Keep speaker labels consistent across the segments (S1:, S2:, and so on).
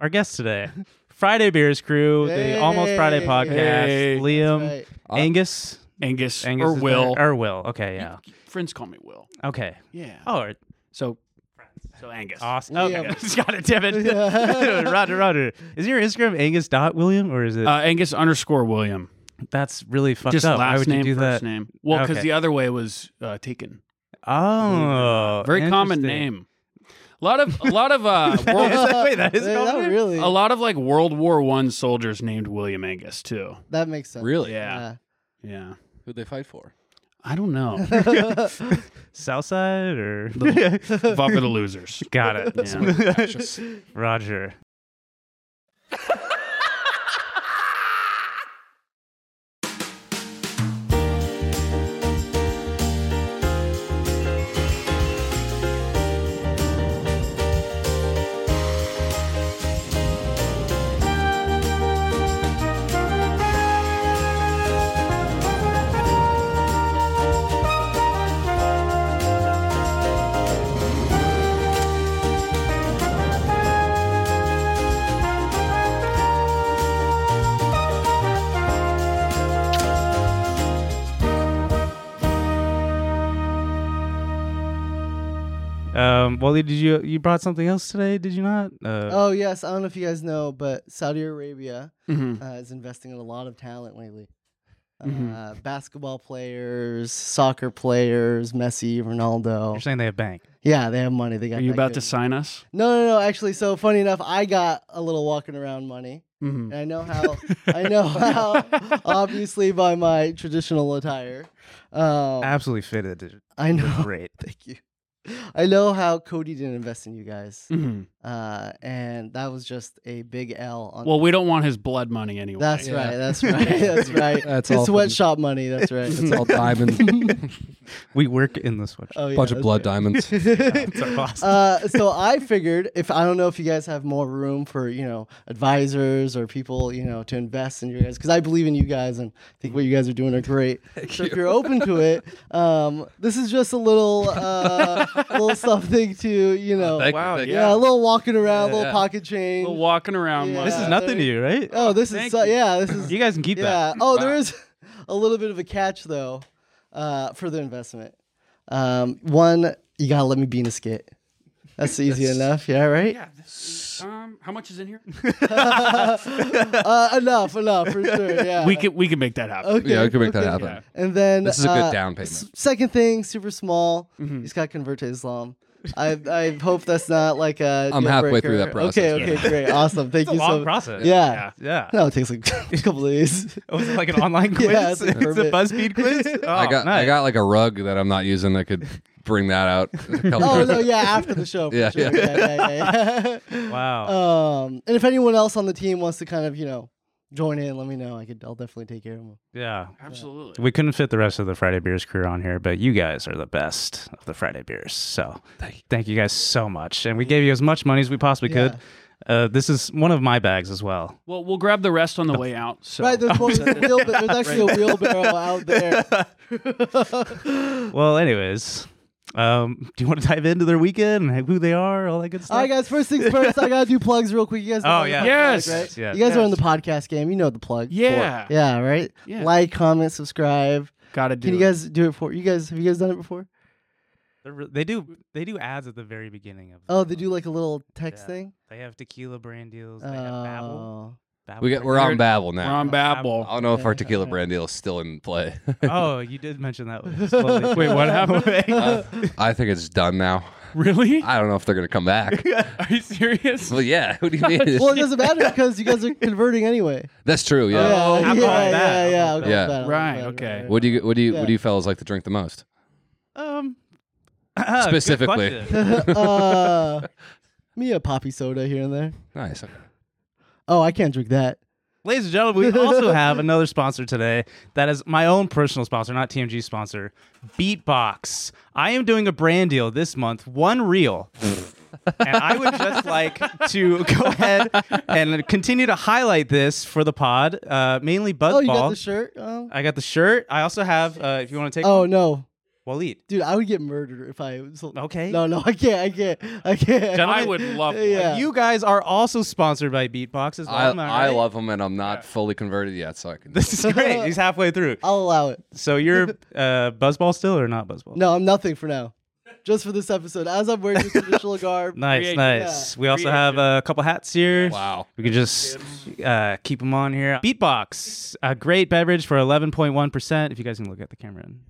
S1: Our guest today, Friday Beers Crew,
S2: Hey.
S1: the Almost Friday podcast,
S3: Hey.
S1: Liam,
S2: That's
S3: right.
S1: Angus,
S3: Angus,
S1: Angus
S3: or
S1: is
S3: Will.
S1: there. or Will. Okay, yeah,
S3: Friends call me Will.
S1: okay.
S3: Yeah.
S1: Oh, or-
S3: So So Angus.
S1: awesome. Oh,
S2: Liam.
S1: okay. got it. Damn it,
S2: Yeah.
S1: Roger, Roger. Is your Instagram Angus dot William or is it?
S3: Uh, Angus underscore William.
S1: that's really fucked
S3: Just
S1: up. Why
S3: last
S1: would
S3: name,
S1: you do
S3: first
S1: that?
S3: name. Well, because
S1: Okay.
S3: the other way was uh, taken.
S1: Oh,
S3: Very common
S1: interesting.
S3: name. A lot of a lot of uh, world,
S1: Wait, that is a
S2: Hey,
S1: common
S2: that
S1: name?
S2: really
S3: a lot of like World War One soldiers named William Angus too.
S2: that makes sense.
S4: Really?
S3: Yeah. Yeah.
S4: Who'd they fight for?
S3: I don't know.
S2: Yeah.
S1: Southside or
S3: Fuck for the losers.
S1: got it.
S3: Yeah.
S1: Roger. Um, well, did you you brought something else today? Did you not? Uh,
S2: oh yes, I don't know if you guys know, but Saudi Arabia
S3: Mhm.
S2: uh, is investing in a lot of talent lately. Uh,
S3: Mhm.
S2: basketball players, soccer players, Messi,
S1: You're
S2: Ronaldo.
S1: saying they have bank.
S2: Yeah, they have money. They got.
S3: Are you
S2: that
S3: about
S2: good
S3: to
S2: money.
S3: sign us?
S2: No, no, no. Actually, so funny enough, I got a little walking around money,
S3: Mm-hmm.
S2: and I know how. I know how. Obviously, by my traditional attire. Um,
S1: Absolutely fitted. Dude.
S2: I know.
S1: Great.
S2: Thank you. I know how Cody didn't invest in you guys,
S3: hmm
S2: uh, and that was just a big L. On
S3: Well, we don't want his blood money anyway.
S2: that's
S4: Yeah.
S2: right. That's right. That's right.
S4: That's
S2: His
S4: all from-
S2: sweatshop money. That's right.
S4: It's all diamond,
S1: We work in the sweatshop.
S2: oh, yeah,
S4: bunch of
S2: that's
S4: blood
S2: right.
S4: diamonds.
S1: It's our boss.
S2: Uh, so I figured if I don't know if you guys have more room for you know advisors or people you know to invest in your guys because I believe in you guys and I think what you guys are doing are great. so if you're open to it, um, this is just a little uh, little something to you know.
S4: Thank you,
S3: Wow,
S4: thank you.
S2: Oh, yeah, a little walking around, a little
S4: Yeah.
S2: pocket change.
S3: Little walking around.
S2: Yeah.
S3: like-
S1: this is nothing to you, right?
S2: oh, this is
S3: Thank
S2: so,
S3: you.
S2: yeah, this is
S1: You guys can keep
S2: yeah. Oh, there is a little bit of a catch though uh, for the investment. Um, one, you gotta let me be in a skit. That's easy enough. Yeah, right.
S3: Yeah. this- um, how much is in here?
S2: uh, enough, enough for sure. Yeah.
S3: we can we can make that happen.
S2: Okay.
S4: Yeah, we can make that
S2: okay.
S4: happen.
S3: Yeah.
S2: And then
S4: This is a good
S2: uh,
S4: down payment. Mm-hmm.
S2: s- second thing, super small. You just got to convert to Islam. I I hope that's not like a.
S4: I'm
S2: deal
S4: halfway
S2: breaker.
S4: through that process,
S2: Okay. Okay. Great. Awesome. Thank
S1: It's a
S2: you
S1: long
S2: so.
S1: process.
S2: Yeah.
S1: Yeah.
S2: No, it takes like a couple of days.
S1: Oh, is it like an online quiz?
S2: Yeah,
S1: it's
S2: it's
S1: a,
S2: a permit.
S1: BuzzFeed quiz? Oh,
S4: I got I
S1: nice.
S4: got like a rug that I'm not using. I could bring that out.
S2: Oh no, yeah, after the show. For
S4: Yeah,
S2: Sure.
S4: yeah.
S2: Yeah. Yeah. Yeah. yeah.
S1: Wow.
S2: um, and if anyone else on the team wants to kind of you know join in, let me know. I could. I'll definitely take care of them.
S1: yeah.
S3: Absolutely.
S1: We couldn't fit the rest of the Friday Beers crew on here, but you guys are the best of the Friday Beers. So thank you, guys so much. And we gave you as much money as we possibly
S2: Yeah.
S1: could. Uh, this is one of my bags as well.
S3: Well, we'll grab the rest on the way out. So
S2: Right, there's, one- there's a wheel- there's actually a wheelbarrow out there.
S1: Well, anyways, um, do you want to dive into their weekend and who they are, all that good stuff?
S2: All right, guys. First things first. I gotta do plugs real quick. You guys. know
S1: Oh,
S2: how to
S1: yeah.
S2: do plugs,
S3: Yes.
S2: right?
S1: Yeah.
S2: You guys are in the podcast game. You know the plug.
S3: Yeah.
S2: Yeah. Right.
S3: Yeah.
S2: Like, comment, subscribe.
S3: gotta do.
S2: Can
S3: it.
S2: you guys do it for you guys? Have you guys done it before?
S1: They're re- they do they do ads at the very beginning of.
S2: Oh, they do like a little text
S1: Yeah.
S2: thing.
S1: They have tequila brand deals. They have Babbel.
S2: Oh.
S1: Babbel
S4: we get,
S1: brand
S4: we're on
S1: deals.
S4: Babel
S3: We're
S4: now.
S3: on
S4: I
S3: Babel.
S4: don't know if our tequila brand deal is still in play.
S1: Oh, you did mention that. one. Slowly. Wait, what
S4: Uh,
S1: happened?
S4: I think it's done now.
S3: Really?
S4: I don't know if they're gonna come back.
S3: Are you serious?
S4: well, yeah. Who do you mean?
S2: Well, it doesn't matter because you guys are converting anyway.
S4: That's true.
S3: Oh,
S4: Yeah.
S2: yeah,
S1: I'm
S2: yeah,
S1: all
S2: yeah,
S1: that.
S2: yeah,
S1: I'm all
S2: okay,
S4: that.
S2: I'm all
S3: Right,
S2: that,
S3: okay.
S2: right.
S4: What do you what do you
S2: Yeah.
S4: what do you fellas like to drink the most?
S1: um, good
S4: Specifically.
S1: question.
S2: uh, me a poppy soda here and there.
S4: Nice. Okay.
S2: Oh, I can't drink that.
S1: Ladies and gentlemen, we also have another sponsor today that is my own personal sponsor, not TMG sponsor, Beatbox. I am doing a brand deal this month, one reel. and I would just like to go ahead and continue to highlight this for the pod, uh, mainly Buzzball.
S2: Oh, you got the shirt. Oh,
S1: I got the shirt. I also have, uh, if you want to take
S2: oh no,
S1: Waleed.
S2: dude, I would get murdered if I. was-
S1: Okay.
S2: No, no, I can't. I can't. I can't.
S3: I would love one.
S2: Yeah.
S1: You guys are also sponsored by Beatbox as well.
S4: I,
S1: am
S4: I
S1: right?
S4: love him, and I'm not fully converted yet, so I can.
S1: This is great. He's halfway through.
S2: I'll allow it.
S1: So you're uh, Buzzball still or not Buzzball?
S2: No, I'm nothing for now. Just for this episode, as I'm wearing this traditional garb.
S1: Nice,
S3: Creative.
S1: nice. We also
S3: Creative.
S1: have a couple hats here.
S4: wow.
S1: We can just uh, keep them on here. Beatbox, a great beverage for 11.1%. If you guys can look at the camera and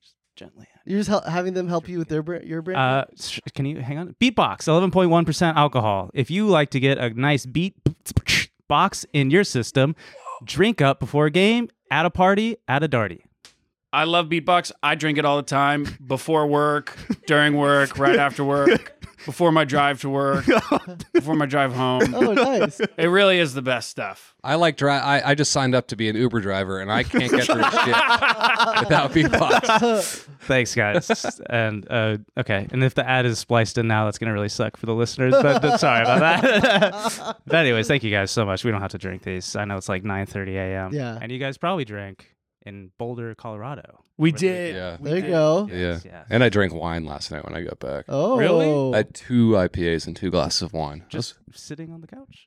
S1: just gently.
S2: You're just hel- having them help you with their brand, your brand.
S1: Uh, sh- can you hang on? Beatbox, 11.1% alcohol. If you like to get a nice beat box in your system, drink up before a game, at a party, at a darty.
S3: I love beatbox. I drink it all the time before work, during work, right after work, before my drive to work, before my drive home.
S2: oh, nice.
S3: It really is the best stuff.
S4: I like dri I, I just signed up to be an Uber driver, and I can't get through shit without beatbox.
S1: Thanks, guys. and uh, okay, and if the ad is spliced in now, that's gonna really suck for the listeners. But, but sorry about that. but anyways, thank you guys so much. We don't have to drink these. I know it's like 9:30 a.m.
S2: Yeah.
S1: and you guys probably drank in Boulder, Colorado.
S3: We did.
S4: Yeah.
S2: There you go.
S4: Yeah.
S1: Yes, yes.
S4: And I drank wine last night when I got back.
S2: Oh,
S3: Really?
S4: I had two IPAs and two glasses of wine.
S1: Just sitting on the couch.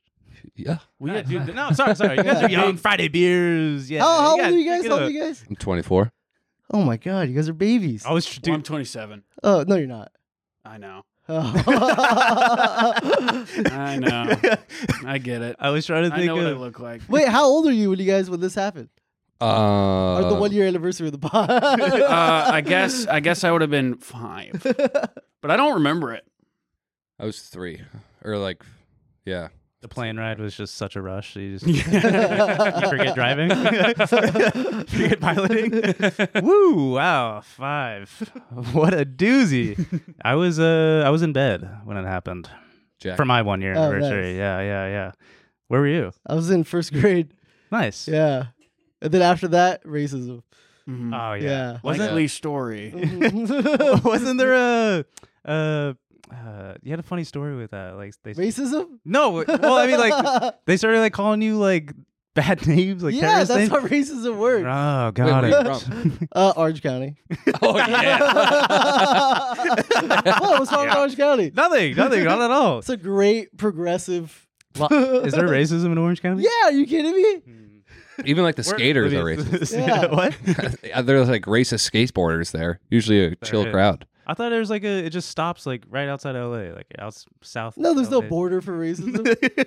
S4: yeah.
S3: We did, dude.
S1: No, sorry, sorry. You guys are young. Friday beers. Yeah.
S2: How, how old are you
S1: pick
S2: guys?
S1: it
S2: How old
S1: up.
S2: are you guys?
S4: I'm 24.
S2: Oh my god, you guys are babies.
S1: I was
S3: Well, I'm
S1: dude.
S3: 27.
S2: Oh no, you're not.
S3: I know.
S2: Oh.
S3: I know. I get it.
S1: I was trying to
S3: I
S1: think
S3: know what I
S1: of.
S3: look like.
S2: Wait, how old are you when you guys when this happened?
S4: Uh,
S2: or the one year anniversary of the pod?
S3: Uh, I guess I guess I would have been five, but I don't remember it.
S4: I was three, or like, yeah.
S1: The plane ride was just such a rush. You just you forget driving, forget piloting. Woo! Wow, five. What a doozy. I was uh I was in bed when it happened
S4: Jack.
S1: for my one year
S2: Oh,
S1: anniversary.
S2: nice.
S1: Yeah, yeah, yeah. Where were you?
S2: I was in first grade.
S1: Nice.
S2: Yeah. And then after that, racism.
S3: Mhm.
S1: Oh yeah.
S2: Yeah.
S1: Wasn't
S3: Likely story.
S1: wasn't there a uh, uh you had a funny story with that like they
S2: Racism?
S1: no well I mean like they started like calling you like bad names like
S2: yeah,
S1: terrorist
S2: that's
S1: names?
S2: how racism works.
S1: Oh,
S4: Wait,
S1: got
S4: where you
S1: it.
S4: from?
S2: Uh, Orange County.
S4: oh yeah.
S2: what, what's wrong with Orange County?
S1: nothing, nothing, not at all.
S2: It's a great progressive.
S1: Is there racism in Orange County?
S2: Yeah, are you kidding me?
S4: Even like the skaters are racist.
S1: racist.
S2: Yeah.
S1: what?
S4: They're like racist skateboarders there. Usually a chill
S1: is.
S4: crowd.
S1: I thought it was like a. It just stops like right outside LA, like out s- south.
S2: No, there's no
S1: LA.
S2: border for racism.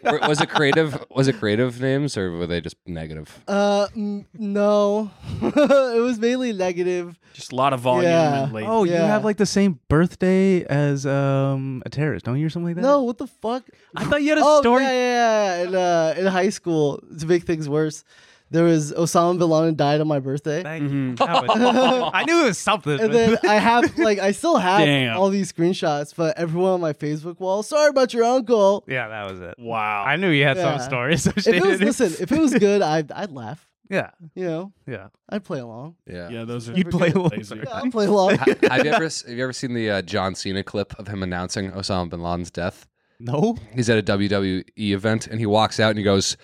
S4: Were- was it creative? Was it creative names, or were they just negative?
S2: Uh, mm, no, it was mainly negative.
S3: Just a lot of volume
S2: Yeah.
S3: and late.
S1: Oh, you
S2: Yeah.
S1: have like the same birthday as um a terrorist, don't you, or something like that?
S2: No, what the fuck?
S1: I thought you had a
S2: oh
S1: story.
S2: yeah, yeah, yeah. In, uh, in high school, to make things worse, there was Osama bin Laden died on my birthday,
S1: Thank
S3: Mm-hmm.
S1: you. That was- I knew it was something.
S2: and then
S1: but-
S2: I have like I still have
S3: Damn.
S2: all these screenshots, but everyone on my Facebook wall. Sorry about your uncle.
S1: yeah, that was it.
S3: Wow.
S1: I knew you had
S2: Yeah.
S1: some story
S2: If it
S1: associated.
S2: was listen, if it was good, I'd I'd laugh.
S1: yeah,
S2: You know,
S1: yeah.
S2: I'd play along.
S3: yeah, those are
S1: You'd play a little
S3: lazy.
S1: bit.
S2: Yeah, I'd play along.
S4: have you ever have you ever seen the uh, John Cena clip of him announcing Osama bin Laden's death?
S1: No.
S4: He's at a WWE event and he walks out and he goes,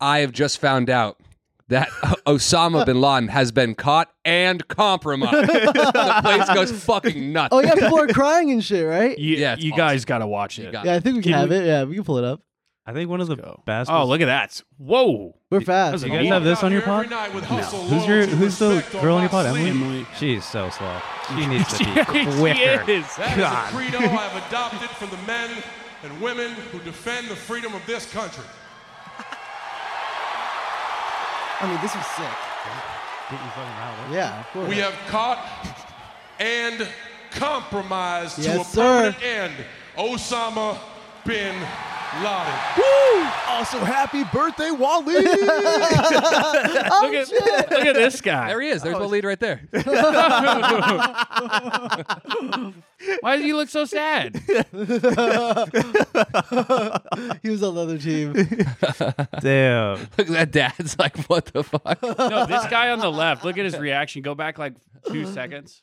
S4: "I have just found out that Osama bin Laden has been caught and compromised." the place goes fucking nuts.
S2: oh yeah, people are crying and shit, right?
S3: You,
S4: Yeah, it's
S3: you guys got to watch
S4: You
S3: it.
S4: got-
S2: Yeah, I think we can,
S3: Can
S2: have
S3: we-
S2: it. Yeah, we can pull it up.
S1: I think one of the
S3: Go.
S1: best.
S3: Oh,
S1: was-
S3: look at that. Whoa.
S2: We're fast.
S3: was
S1: You
S3: a
S1: guys have this on your pod? Who's your Who's the girl on your pod? Emily.
S3: Emily.
S1: She's so slow. She needs to be
S3: she
S1: quicker.
S3: is.
S5: That is
S1: God.
S5: a credo I have adopted from the men and women who defend the freedom of this country.
S2: I mean, this was sick. Yeah, of course.
S5: We have caught and compromised
S2: Yes,
S5: to a
S2: sir.
S5: permanent end Osama bin Laden.
S1: Woo! Also, happy birthday, Wally!
S3: look, at, look at this guy.
S4: There he is.
S1: Oh,
S4: There's the lead right there.
S3: Why does he look so sad?
S2: Oh, He was on the other team.
S1: Damn.
S4: Look at that dad's like, what the fuck?
S3: No, this guy on the left. Look at his reaction. Go back like two seconds.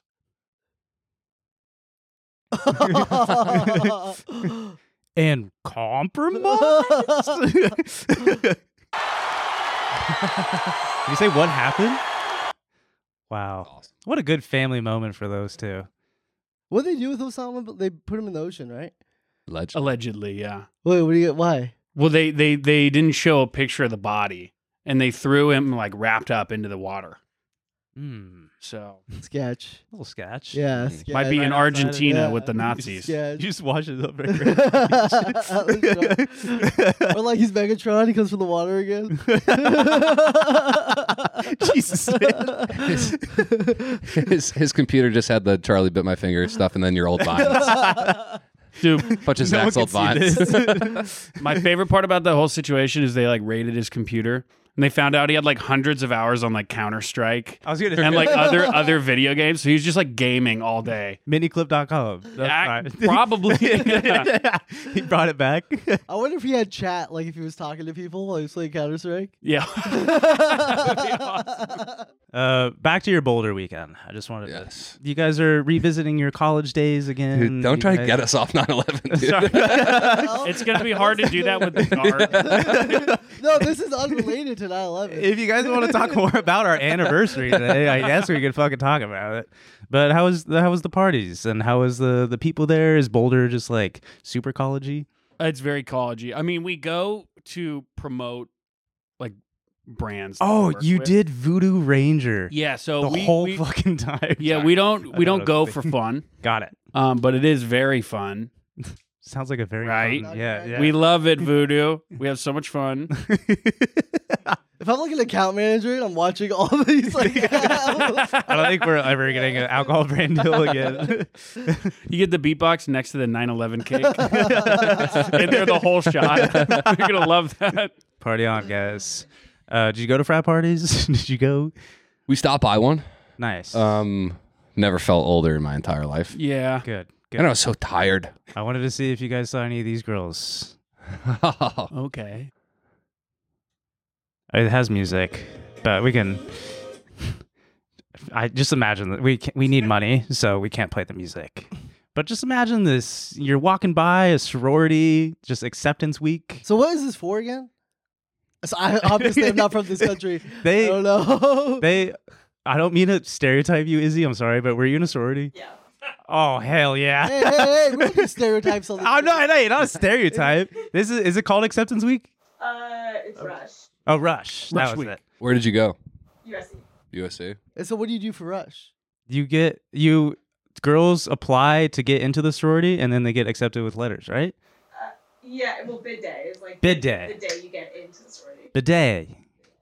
S1: And compromise? Did you say what happened? Wow. What a good family moment for those two.
S2: What did they do with Osama? But They put him in the ocean, right?
S4: Legend.
S3: Allegedly, yeah.
S2: Wait, what do you get? Why?
S3: Well, they they they didn't show a picture of the body, and they threw him like wrapped up into the water.
S1: Hmm.
S3: So
S2: Sketch.
S1: Little sketch.
S2: Yeah, sketch.
S3: might be in
S1: right outside of-
S3: Argentina
S2: Yeah.
S3: with the Nazis.
S1: You
S2: Sketch.
S1: just wash it up. right
S2: Or like he's Megatron, he comes from the water again.
S1: Jesus.
S4: His, his computer just had the Charlie bit my finger stuff and then your old vines.
S3: Dude,
S4: Bunch of
S1: No one
S4: Zach's old
S1: can see
S4: vines.
S1: this.
S3: my favorite part about the whole situation is they like raided his computer and they found out he had like hundreds of hours on like Counter Strike
S1: I was going to
S3: and like other other video games. So he was just like gaming all day.
S1: miniclip.com. That's
S3: Ac-
S1: fine.
S3: Probably. Yeah.
S1: he brought it back.
S2: I wonder if he had chat, like if he was talking to people while he was playing Counter Strike.
S3: Yeah.
S1: Uh, back to your Boulder weekend. I just wanted to.
S4: Yes.
S1: You guys are revisiting your college days again.
S4: Dude, don't try
S1: You
S4: to
S1: guys-
S4: get us off 9 11.
S3: it's gonna be hard to do that with the guard.
S2: No, this is unrelated to 9 11.
S1: If you guys want to talk more about our anniversary today, I guess we could fucking talk about it. But how was the, how was the parties and how was the the people there? Is Boulder just like super collegey?
S3: It's very collegey. I mean, we go to promote like brands. that we
S1: Oh,
S3: work
S1: you
S3: with.
S1: did Voodoo Ranger
S3: Yeah. So
S1: the
S3: we,
S1: whole
S3: we-
S1: fucking time.
S3: yeah, we don't we
S1: thought
S3: don't
S1: it
S3: go
S1: was
S3: for
S1: big.
S3: fun,
S1: got it.
S3: um, but it is very fun.
S1: Sounds like a very
S3: Right.
S1: common- yeah, yeah.
S3: We love it, Voodoo. We have so much fun.
S2: If I'm like an account manager and I'm watching all these, like,
S1: I don't think we're ever getting an alcohol brand deal again.
S3: You get the beatbox next to the 9/11 cake, and they're the whole shot. You're gonna love that.
S1: Party on, guys. Uh, did you go to frat parties? did you go?
S4: we stopped by one.
S1: Nice.
S3: Uh,
S4: Um, never felt older in my entire life.
S3: Yeah,
S1: good.
S4: And I
S1: Good.
S4: was so tired.
S1: I wanted to see if you guys saw any of these girls.
S3: okay.
S1: It has music, but we can. I just imagine that we can, we need money, so we can't play the music. But just imagine this: you're walking by a sorority, just acceptance week.
S2: so what is this for again? So I obviously I'm not from this country.
S1: They-
S2: I don't know.
S1: They, I don't mean to stereotype you, Izzy. I'm sorry, but were you in a sorority? Yeah. Oh hell yeah! Oh,
S2: hey, hey, hey, we don't do stereotypes on this.
S1: I'm not. Hey, not a stereotype. this is. Is it called acceptance week?
S6: Uh, it's Rush.
S1: Oh, rush.
S3: Rush
S1: that was
S3: week.
S1: it.
S4: Where did you go?
S6: USC.
S4: USC.
S2: And so what do you do for Rush?
S1: You get you girls apply to get into the sorority, and then they get accepted with letters, right?
S6: Yeah, well, bid day is like
S1: Bid day.
S6: the day you get into the sorority.
S1: Bidet.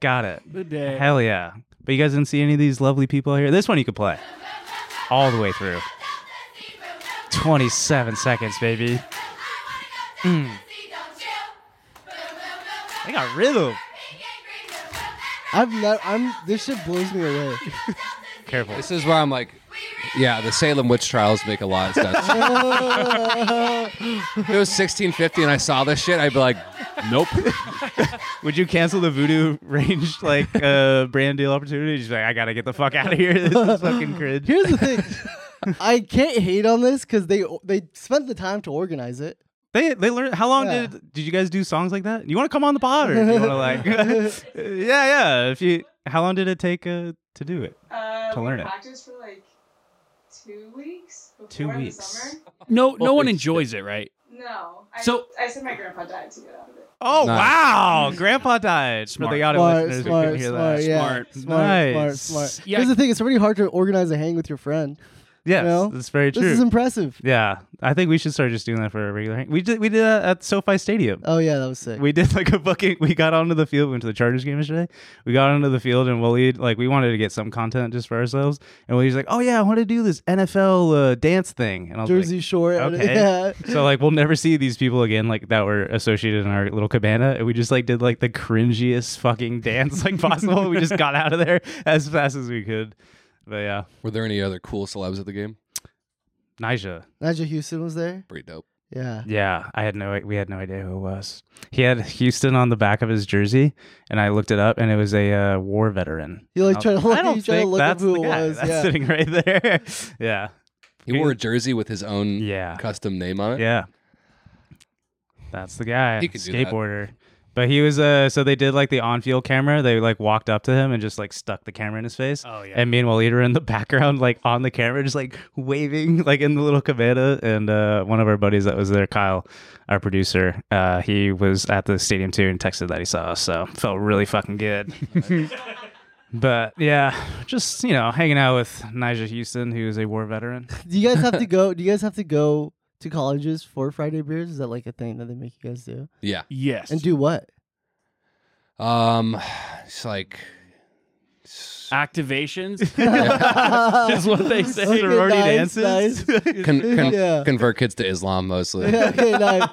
S1: Got it.
S3: Good day.
S1: Hell yeah. But you guys didn't see any of these lovely people out here. This one you could play all the way through. 27 seconds, baby. They got rhythm.
S2: I've never. I'm. This shit blows me away.
S1: Careful.
S4: This is where I'm like, yeah, the Salem witch trials make a lot of sense. if it was 1650 and I saw this shit, I'd be like, nope.
S1: Would you cancel the Voodoo Range like uh, brand deal opportunity? Just like I gotta get the fuck out of here. This is fucking cringe.
S2: Here's the thing. I can't hate on this because they they spent the time to organize it.
S1: They they learned how long
S2: Yeah.
S1: did did you guys do songs like that? You want to come on the pod or you want to like yeah yeah if you how long did it take uh, to do it?
S6: Uh,
S1: To
S6: we
S1: learn it.
S6: practiced for like two weeks before
S1: Two
S6: the
S1: weeks.
S6: summer.
S3: No, no one enjoys it, right?
S6: No. I,
S3: So-
S6: I said my grandpa died to get out of it.
S1: Oh
S4: Nice.
S1: wow! Grandpa died.
S3: Smart.
S1: For the audio
S2: Smart,
S1: listeners who
S2: smart,
S1: couldn't hear
S2: smart,
S1: that.
S2: yeah.
S3: Smart.
S2: smart,
S1: Nice.
S2: smart, smart.
S3: Yeah.
S2: Here's the thing: it's really hard to organize a hang with your friend.
S1: Yes,
S2: know?
S1: that's very true.
S2: This is impressive.
S1: yeah, I think we should start just doing that for a regular. hang- We did we did that at SoFi Stadium.
S2: Oh yeah, that was sick.
S1: We did like a fucking. We got onto the field. We went to the Chargers game yesterday. We got onto the field and Waleed like we wanted to get some content just for ourselves. And Waleed's like, "Oh yeah, I want to do this NFL uh, dance thing." And I was like,
S2: Jersey Shore. and-
S1: Okay.
S2: Yeah.
S1: So like we'll never see these people again like that were associated in our little cabana. And we just like did like the cringiest fucking dance like possible. we just got out of there as fast as we could. But yeah.
S4: Were there any other cool celebs at the game?
S1: Nija.
S2: Nigel Houston was there.
S4: Pretty dope.
S2: Yeah.
S1: Yeah. I had no we had no idea who it was. He had Houston on the back of his jersey and I looked it up and it was a uh, war veteran.
S2: He like tried to look,
S1: I don't
S2: he tried to
S1: think
S2: look up
S1: that's
S2: who
S1: the
S2: it
S1: guy.
S2: was.
S1: That's
S2: yeah.
S1: sitting right there. yeah.
S4: He wore a jersey with his own
S1: Yeah.
S4: custom name on it.
S1: Yeah. That's the guy.
S4: He could do that.
S1: skateboarder. But he was uh so they did like the on field camera. They like walked up to him and just like stuck the camera in his face.
S3: Oh, yeah.
S1: And me and Waleed were in the background, like on the camera, just like waving like in the little cabana. And uh one of our buddies that was there, Kyle, our producer, uh, he was at the stadium too and texted that he saw us, so felt really fucking good. but yeah, just you know, hanging out with Nigel Houston, who is a war veteran.
S2: Do you guys have to go? Do you guys have to go to colleges for Friday beers? Is that like a thing that they make you guys do?
S4: Yeah.
S3: Yes.
S2: And do what?
S4: Um, it's like
S3: activations.
S2: That's
S3: what they say.
S1: Sorority dances?
S4: con- con-
S2: Yeah.
S4: convert kids to Islam mostly.
S2: Yeah, okay, nice,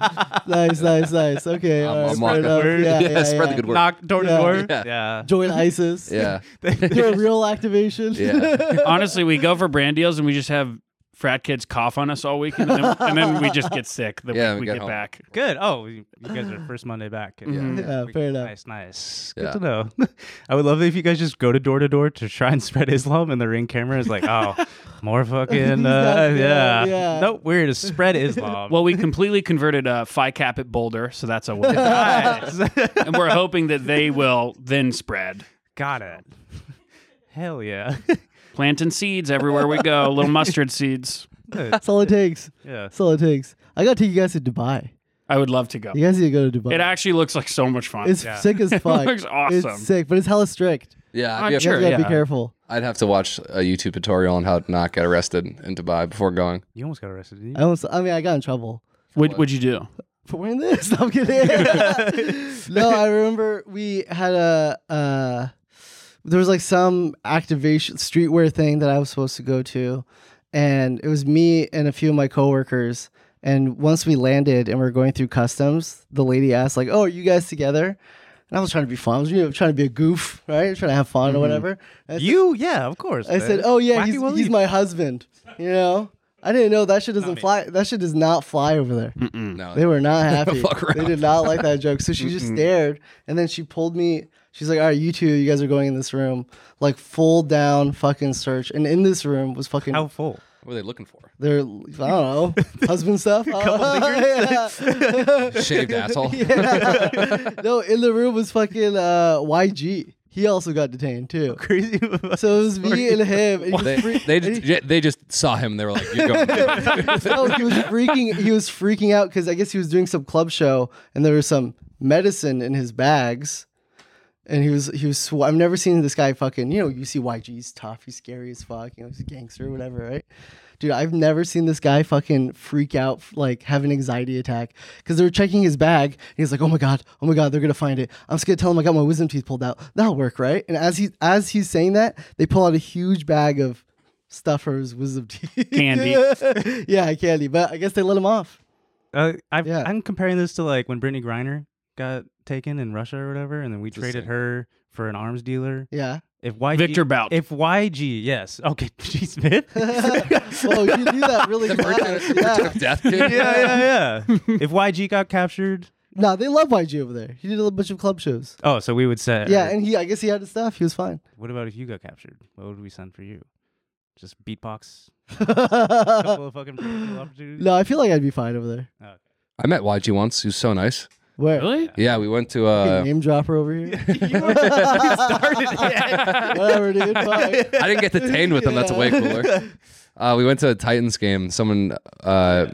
S2: nice, nice, nice. Okay,
S4: I'm-
S2: all right,
S4: I'm
S2: fair
S4: walking
S2: enough.
S1: through.
S2: Yeah,
S4: Yeah,
S2: yeah,
S4: spread the
S2: yeah.
S4: good word.
S1: Knock door to
S2: Yeah.
S1: door.
S4: Yeah.
S1: Yeah.
S2: Join ISIS.
S4: Yeah.
S2: do a real activation.
S4: Yeah.
S3: Honestly, we go for brand deals and we just have frat kids cough on us all week, and then, and then we just get sick the
S4: Yeah,
S3: week
S4: we
S3: we
S4: get
S3: get
S4: home.
S3: back.
S1: Good. Oh, you you guys are first Monday back.
S3: Mhm.
S2: Yeah,
S1: We-
S2: fair enough.
S1: Nice, nice. Good
S4: Yeah.
S1: to know. I would love it if you guys just go to door to door to try and spread Islam, and the ring camera is like, oh, more fucking,
S2: These
S1: uh,
S2: guys,
S1: yeah.
S2: yeah, yeah.
S1: Nope, we're here to spread Islam.
S3: Well, we completely converted uh, Phi Cap at Boulder, so that's a win.
S2: uh,
S1: nice.
S3: and we're hoping that they will then spread.
S1: Got it. Hell yeah.
S3: Planting seeds everywhere we go, little mustard seeds.
S1: Good.
S2: That's all it takes.
S1: Yeah.
S2: That's all it takes. I gotta take you guys to Dubai.
S3: I would love to go.
S2: You guys need to go to Dubai.
S3: It actually looks like so much fun.
S2: it's
S1: yeah.
S2: sick as fuck.
S3: looks awesome.
S2: It's sick, but it's hella strict.
S4: Yeah.
S3: I'm
S4: yeah,
S2: You
S3: sure.
S2: guys gotta
S1: yeah.
S2: be careful.
S4: I'd have to watch a YouTube tutorial on how to not get arrested in Dubai before going.
S1: You almost got arrested, didn't
S2: I
S1: you?
S2: almost, I mean, I got in trouble.
S3: What would you do?
S2: for wearing this. I'm kidding. no, I remember we had a uh, there was like some activation streetwear thing that I was supposed to go to, and it was me and a few of my coworkers. And once we landed and we are going through customs, the lady asked like, "Oh, are you guys together?" And I was trying to be fun. I was you know, trying to be a goof, right? Trying to have fun or whatever. And I said-
S1: You? Yeah, of course.
S2: I said,
S1: man.
S2: "Oh yeah,
S1: Wacky
S2: he's,
S1: Waleed."
S2: he's my husband." You know, I didn't know that shit doesn't fly. That shit does not fly over there.
S4: No.
S2: They were not happy.
S4: Fuck around.
S2: they did not like that joke. So she just stared, and then she pulled me. She's like, "All right, you two, you guys are going in this room, like full down fucking search." And in this room was fucking
S1: How full?
S4: What are they looking for?
S2: their I don't know husband stuff. yeah.
S4: Shaved asshole.
S2: Yeah. no, in the room was fucking uh, YG. He also got detained too.
S1: Crazy.
S2: So it was me and him. And he was
S4: They,
S2: free-
S4: they, just, they just saw him. They were like, "You're going."
S2: no, he was freaking. He was freaking out because I guess he was doing some club show and there was some medicine in his bags, and he was he was. Sw- I've never seen this guy fucking. You know, you see YG's tough. He's scary as fuck. You know, he's a gangster, whatever, right? Dude, I've never seen this guy fucking freak out, like have an anxiety attack, because they were checking his bag. And he's like, "Oh my god, oh my god, they're gonna find it. I'm just gonna tell them I got my wisdom teeth pulled out. That'll work, right?" And as he as he's saying that, they pull out a huge bag of stuff for his wisdom teeth.
S3: Candy.
S2: yeah, candy. But I guess they let him off.
S1: Uh, I've,
S2: Yeah.
S1: I'm comparing this to like when Brittany Griner got taken in Russia or whatever, and then we traded
S4: Interesting.
S1: her for an arms dealer.
S2: Yeah.
S1: If YG,
S3: Victor Bout.
S1: If YG, yes, okay, G Smith. yeah,
S2: Well, you do that really
S4: The merchant,
S2: fast.
S4: merchant
S2: Yeah.
S4: of death. Dude.
S1: yeah, yeah. if YG got captured,
S2: No, they love YG over there. He did a bunch of club shows.
S1: oh, so we would send.
S2: Yeah, and he I guess he had his stuff. He was fine.
S1: what about if you got captured? What would we send for you? Just beatbox,
S2: no,
S1: couple of fucking practical opportunities.
S2: I feel like I'd be fine over there.
S4: I met YG once. He was so nice.
S2: Where?
S3: Really?
S4: Yeah, we went to.
S2: Fucking
S4: Uh,
S2: Name dropper over here.
S1: Yeah.
S2: Whatever, dude. Fine.
S4: I didn't get detained with them. That's way cooler. Uh, we went to a Titans game. Someone uh,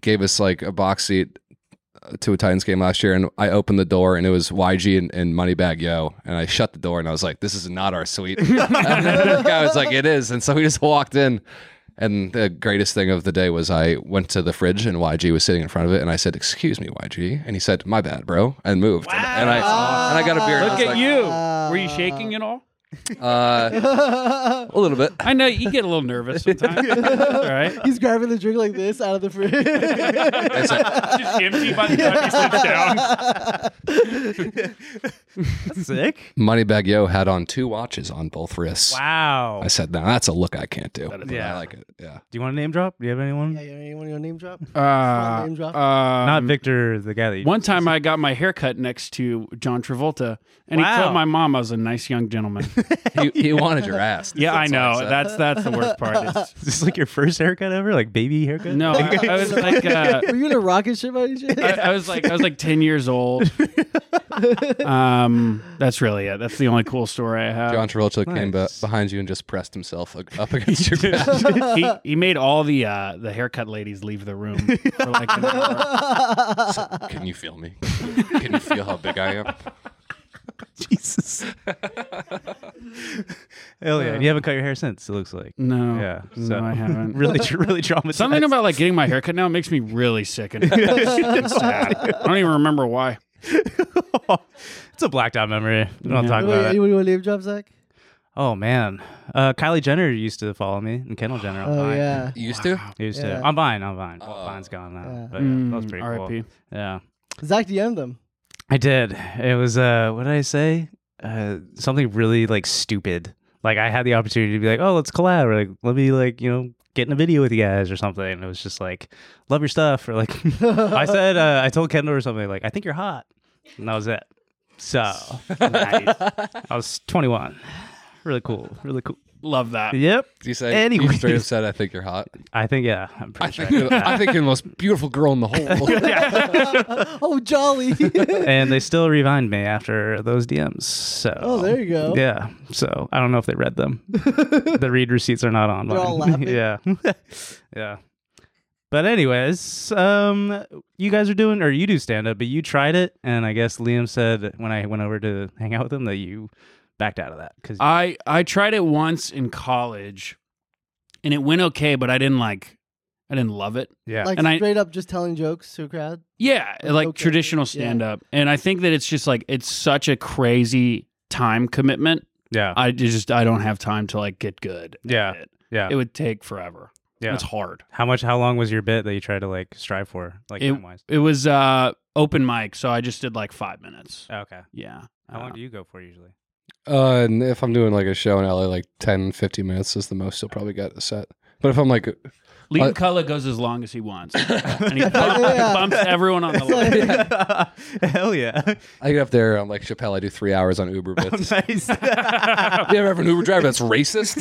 S4: gave us like a box seat uh, to a Titans game last year, and I opened the door, and it was YG and, and Moneybag Yo, and I shut the door, and I was like, "This is not our suite." and the guy was like, "It is," and so we just walked in. And the greatest thing of the day was I went to the fridge and YG was sitting in front of it, and I said, "Excuse me, YG," and he said, "My bad, bro," and moved. And I and I got a beer.
S3: Look
S4: and I was
S3: at
S4: like,
S3: you. Were you shaking at all?
S4: Uh, a little bit.
S3: I know you get a little nervous sometimes. all right.
S2: He's grabbing the drink like this out of the fridge.
S4: I said,
S3: Just empty by the time he sits down.
S1: Sick.
S4: Moneybag Yo had on two watches on both wrists.
S1: Wow.
S4: I said, "No, that's a look I can't do." But
S1: yeah.
S4: I like it. Yeah.
S1: Do you want a name drop? Do you have anyone?
S2: yeah, you anyone want to name drop?
S3: Uh,
S2: Name drop?
S3: um,
S1: Not Victor, the guy that you
S3: One time I got my hair cut next to John Travolta, and
S1: Wow.
S3: he told my mom I was a nice young gentleman.
S4: He, he wanted your ass.
S3: yeah, I
S4: That's all
S3: know.
S4: said.
S3: That's that's the worst part. It's-
S1: Is this like your first haircut ever? Like baby haircut?
S3: no, I, I was like, uh,
S2: Were you in a rocket ship by any chance?
S3: I, I was like, I was like ten years old. Um, that's really it. That's the only cool story I have.
S4: John Travolta came be-
S1: Nice.
S4: behind you and just pressed himself ag- up against your back.
S3: he, he made all the uh, the haircut ladies leave the room for like an hour.
S4: Can you feel me? Can you feel how big I am?
S1: Jesus. Hell yeah. And you haven't cut your hair since, it looks like.
S3: No,
S1: Yeah.
S3: no,
S1: So
S3: I haven't.
S1: really, tr- really traumatized.
S3: Something about like getting my haircut now makes me really sick and and sad. I don't even remember why.
S1: it's a blacked out memory. We don't
S3: Yeah.
S1: talk
S2: Wait,
S1: about it.
S2: anyone want to name drop, Zach?
S1: Oh man, uh, Kylie Jenner used to follow me and Kendall Jenner. on
S2: Oh,
S1: Vine.
S2: yeah.
S4: You used to?
S1: He used
S2: Yeah.
S1: to. On Vine, on Vine. Well,
S4: Oh.
S1: Vine's gone now.
S2: Yeah.
S1: But yeah, that was
S3: Mm,
S1: pretty
S3: R.I.P..
S1: cool. Yeah.
S2: Zach DM them.
S1: I did. It was uh what did I say? Uh something really like stupid. Like I had the opportunity to be like, "Oh, let's collab." Or like, "Let me like, you know, get in a video with you guys or something." And it was just like, "Love your stuff." Or like I said uh, I told Kendall or something like, "I think you're hot." And that was it. So, I was 21. Really cool. Really cool.
S3: Love that.
S1: Yep.
S4: You say you
S1: Anyways.
S4: straight up said, "I think you're hot."
S1: I think yeah, I'm
S4: I
S1: pretty sure.
S4: think you're, I think you're the most beautiful girl in the whole world.
S2: Oh, jolly.
S1: and they still revined me after those DMs. So
S2: oh, there you go.
S1: Yeah. So I don't know if they read them. the read receipts are not on.
S2: They're all
S1: mine.
S2: laughing.
S1: yeah. yeah. But anyways, um, you guys are doing or you do stand up, but you tried it, and I guess Liam said when I went over to hang out with him that you backed out of that because
S3: I I tried it once in college, and it went okay, but I didn't like, I didn't love it.
S1: yeah,
S2: Like
S3: And I-
S2: straight up just telling jokes to a crowd.
S3: Yeah, like
S2: okay,
S3: traditional
S2: yeah.
S3: stand up, and I think that it's just like it's such a crazy time commitment.
S1: yeah,
S3: I just I don't have time to like get good. at
S1: Yeah,
S3: it.
S1: yeah,
S3: it would take forever.
S1: yeah.
S3: It's hard.
S1: how much? How long was your bit that you tried to like strive for, like time wise?
S3: It was uh open mic, so I just did like five minutes.
S1: Oh, Okay.
S3: Yeah.
S1: How long
S3: Uh,
S1: do you go for usually?
S4: Uh, and if I'm doing like a show in LA, like 10, 15 minutes is the most you'll probably get a set. But if I'm like,
S3: Liam
S4: Uh,
S3: Cullen goes as long as he wants, and he bumps,
S2: Yeah.
S3: bumps everyone on the line.
S1: Hell yeah!
S4: I get up there, I'm like Chappelle, I do three hours on Uber. Bits.
S1: nice.
S4: Do you ever have an Uber driver that's racist?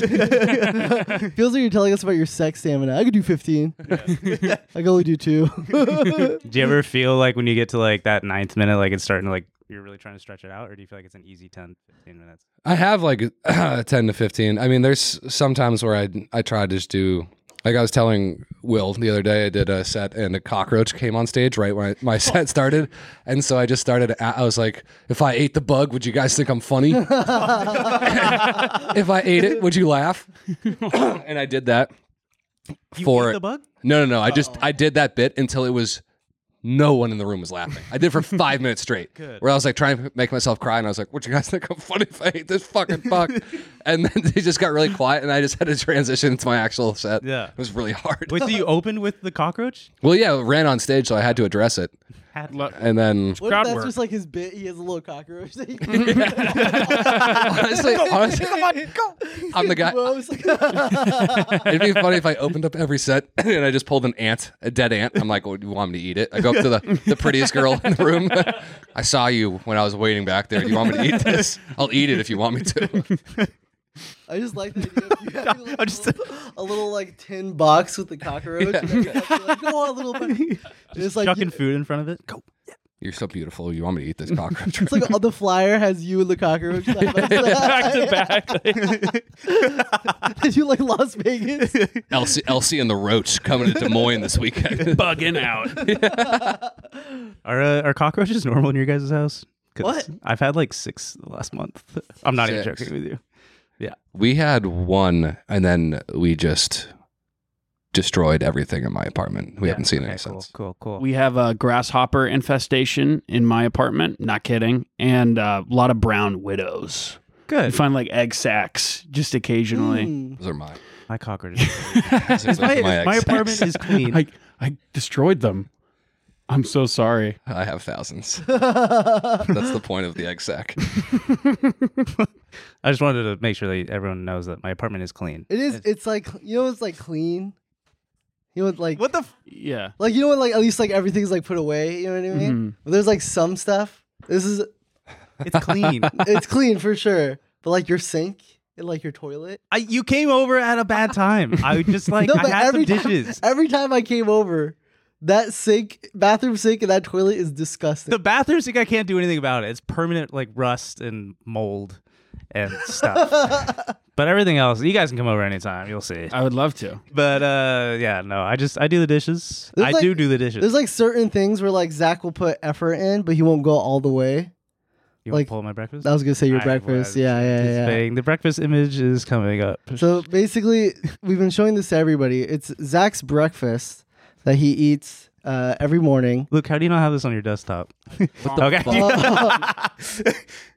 S2: Feels like you're telling us about your sex stamina. I could do 15. I can only do two.
S1: Do you ever feel like when you get to like that ninth minute, like it's starting to like you're really trying to stretch it out, or do you feel like it's an easy 10, 15 minutes?
S4: I have like 10 to 15. I mean, there's sometimes where I, I try to just do, like I was telling Will the other day, I did a set and a cockroach came on stage right when I, my set started. And so I just started, I was like, if I ate the bug, would you guys think I'm funny? if I ate it, would you laugh? and I did that. for
S1: the bug?
S4: No, no, no. I just I did that bit until it was no one in the room was laughing. I did it for five minutes straight, where I was like trying to make myself cry, and I was like, "What you guys think I'm funny if I hate this fucking fuck?" and then they just got really quiet, and I just had to transition to my actual set.
S1: Yeah.
S4: it was really hard.
S1: Wait, so you opened with the cockroach?
S4: well, yeah, it ran on stage, so I had to address it,
S1: Had
S3: Look,
S4: and then
S2: What
S3: Crowd
S2: if that's
S3: work.
S2: just like his bit? He has a little cockroach. that he-
S4: honestly, honestly, I'm the guy.
S2: Gross. Like,
S4: It'd be funny if I opened up every set and I just pulled an ant, a dead ant. I'm like, "What do you want me to eat it?" I go up to the, the prettiest girl in the room. I saw you when I was waiting back there. Do you want me to eat this? I'll eat it if you want me to.
S2: I just like the idea of you having like, a, little, a little like tin box with the cockroach. and then you're like, Go on, little buddy. It's like
S1: chucking
S2: you-
S1: food in front of it. Go.
S4: You're so beautiful. You want me to eat this cockroach?
S2: it's like all the flyer has you and the cockroach side by
S3: back
S2: side.
S3: to back.
S2: Did you like Las Vegas?
S4: Elsie, Elsie and the roach coming to Des Moines this weekend.
S3: bugging out.
S1: Are uh, are cockroaches normal in your guys' house? 'Cause
S2: What?
S1: I've had like six last month. I'm not even
S4: Six.
S1: joking with you.
S4: We had one, and then we just destroyed everything in my apartment. We haven't seen any
S1: cool,
S4: since.
S1: cool, cool.
S3: We have a grasshopper infestation in my apartment. Not kidding. And uh, a lot of brown widows. You
S1: Good.
S3: find like egg sacks just occasionally.
S2: Hmm.
S4: Those are mine.
S1: My cockroach.
S4: Those are
S1: my,
S4: my
S1: my
S4: eggs.
S1: apartment is clean.
S3: I, I destroyed them. I'm so sorry.
S4: I have thousands. That's the point of the egg sack.
S1: I just wanted to make sure that everyone knows that my apartment is clean.
S2: It is. It's like you know. It's like clean. You know, like
S1: What the? F-
S3: Yeah.
S2: like you know what? Like at least like everything's like put away. You know what I mean?
S4: Mm-hmm.
S2: But there's like some stuff. This is
S1: it's clean.
S2: it's clean for sure. But like your sink and like your toilet.
S1: I, you came over at a bad time. I just like
S2: No,
S1: I
S2: but
S1: had some
S2: every time-
S1: dishes.
S2: Every time I came over, that sink, bathroom sink, and that toilet is disgusting.
S1: The bathroom sink, I can't do anything about it. It's permanent, like rust and mold and stuff. but everything else, you guys can come over anytime. You'll see.
S3: I would love to.
S1: But uh, yeah, no, I just I do the dishes.
S2: There's
S1: I
S2: like-
S1: do do the dishes.
S2: There's like certain things where like Zach will put effort in, but he won't go all the way.
S1: you want
S2: like-
S1: to pull up my breakfest?
S2: I was gonna say your
S1: I
S2: breakfast.
S1: was
S2: Yeah, yeah, yeah.
S1: anticipating. The breakfast image is coming up.
S2: So basically, we've been showing this to everybody. It's Zach's breakfast that he eats uh, every morning.
S1: Luke, how do you not have this on your desktop? okay.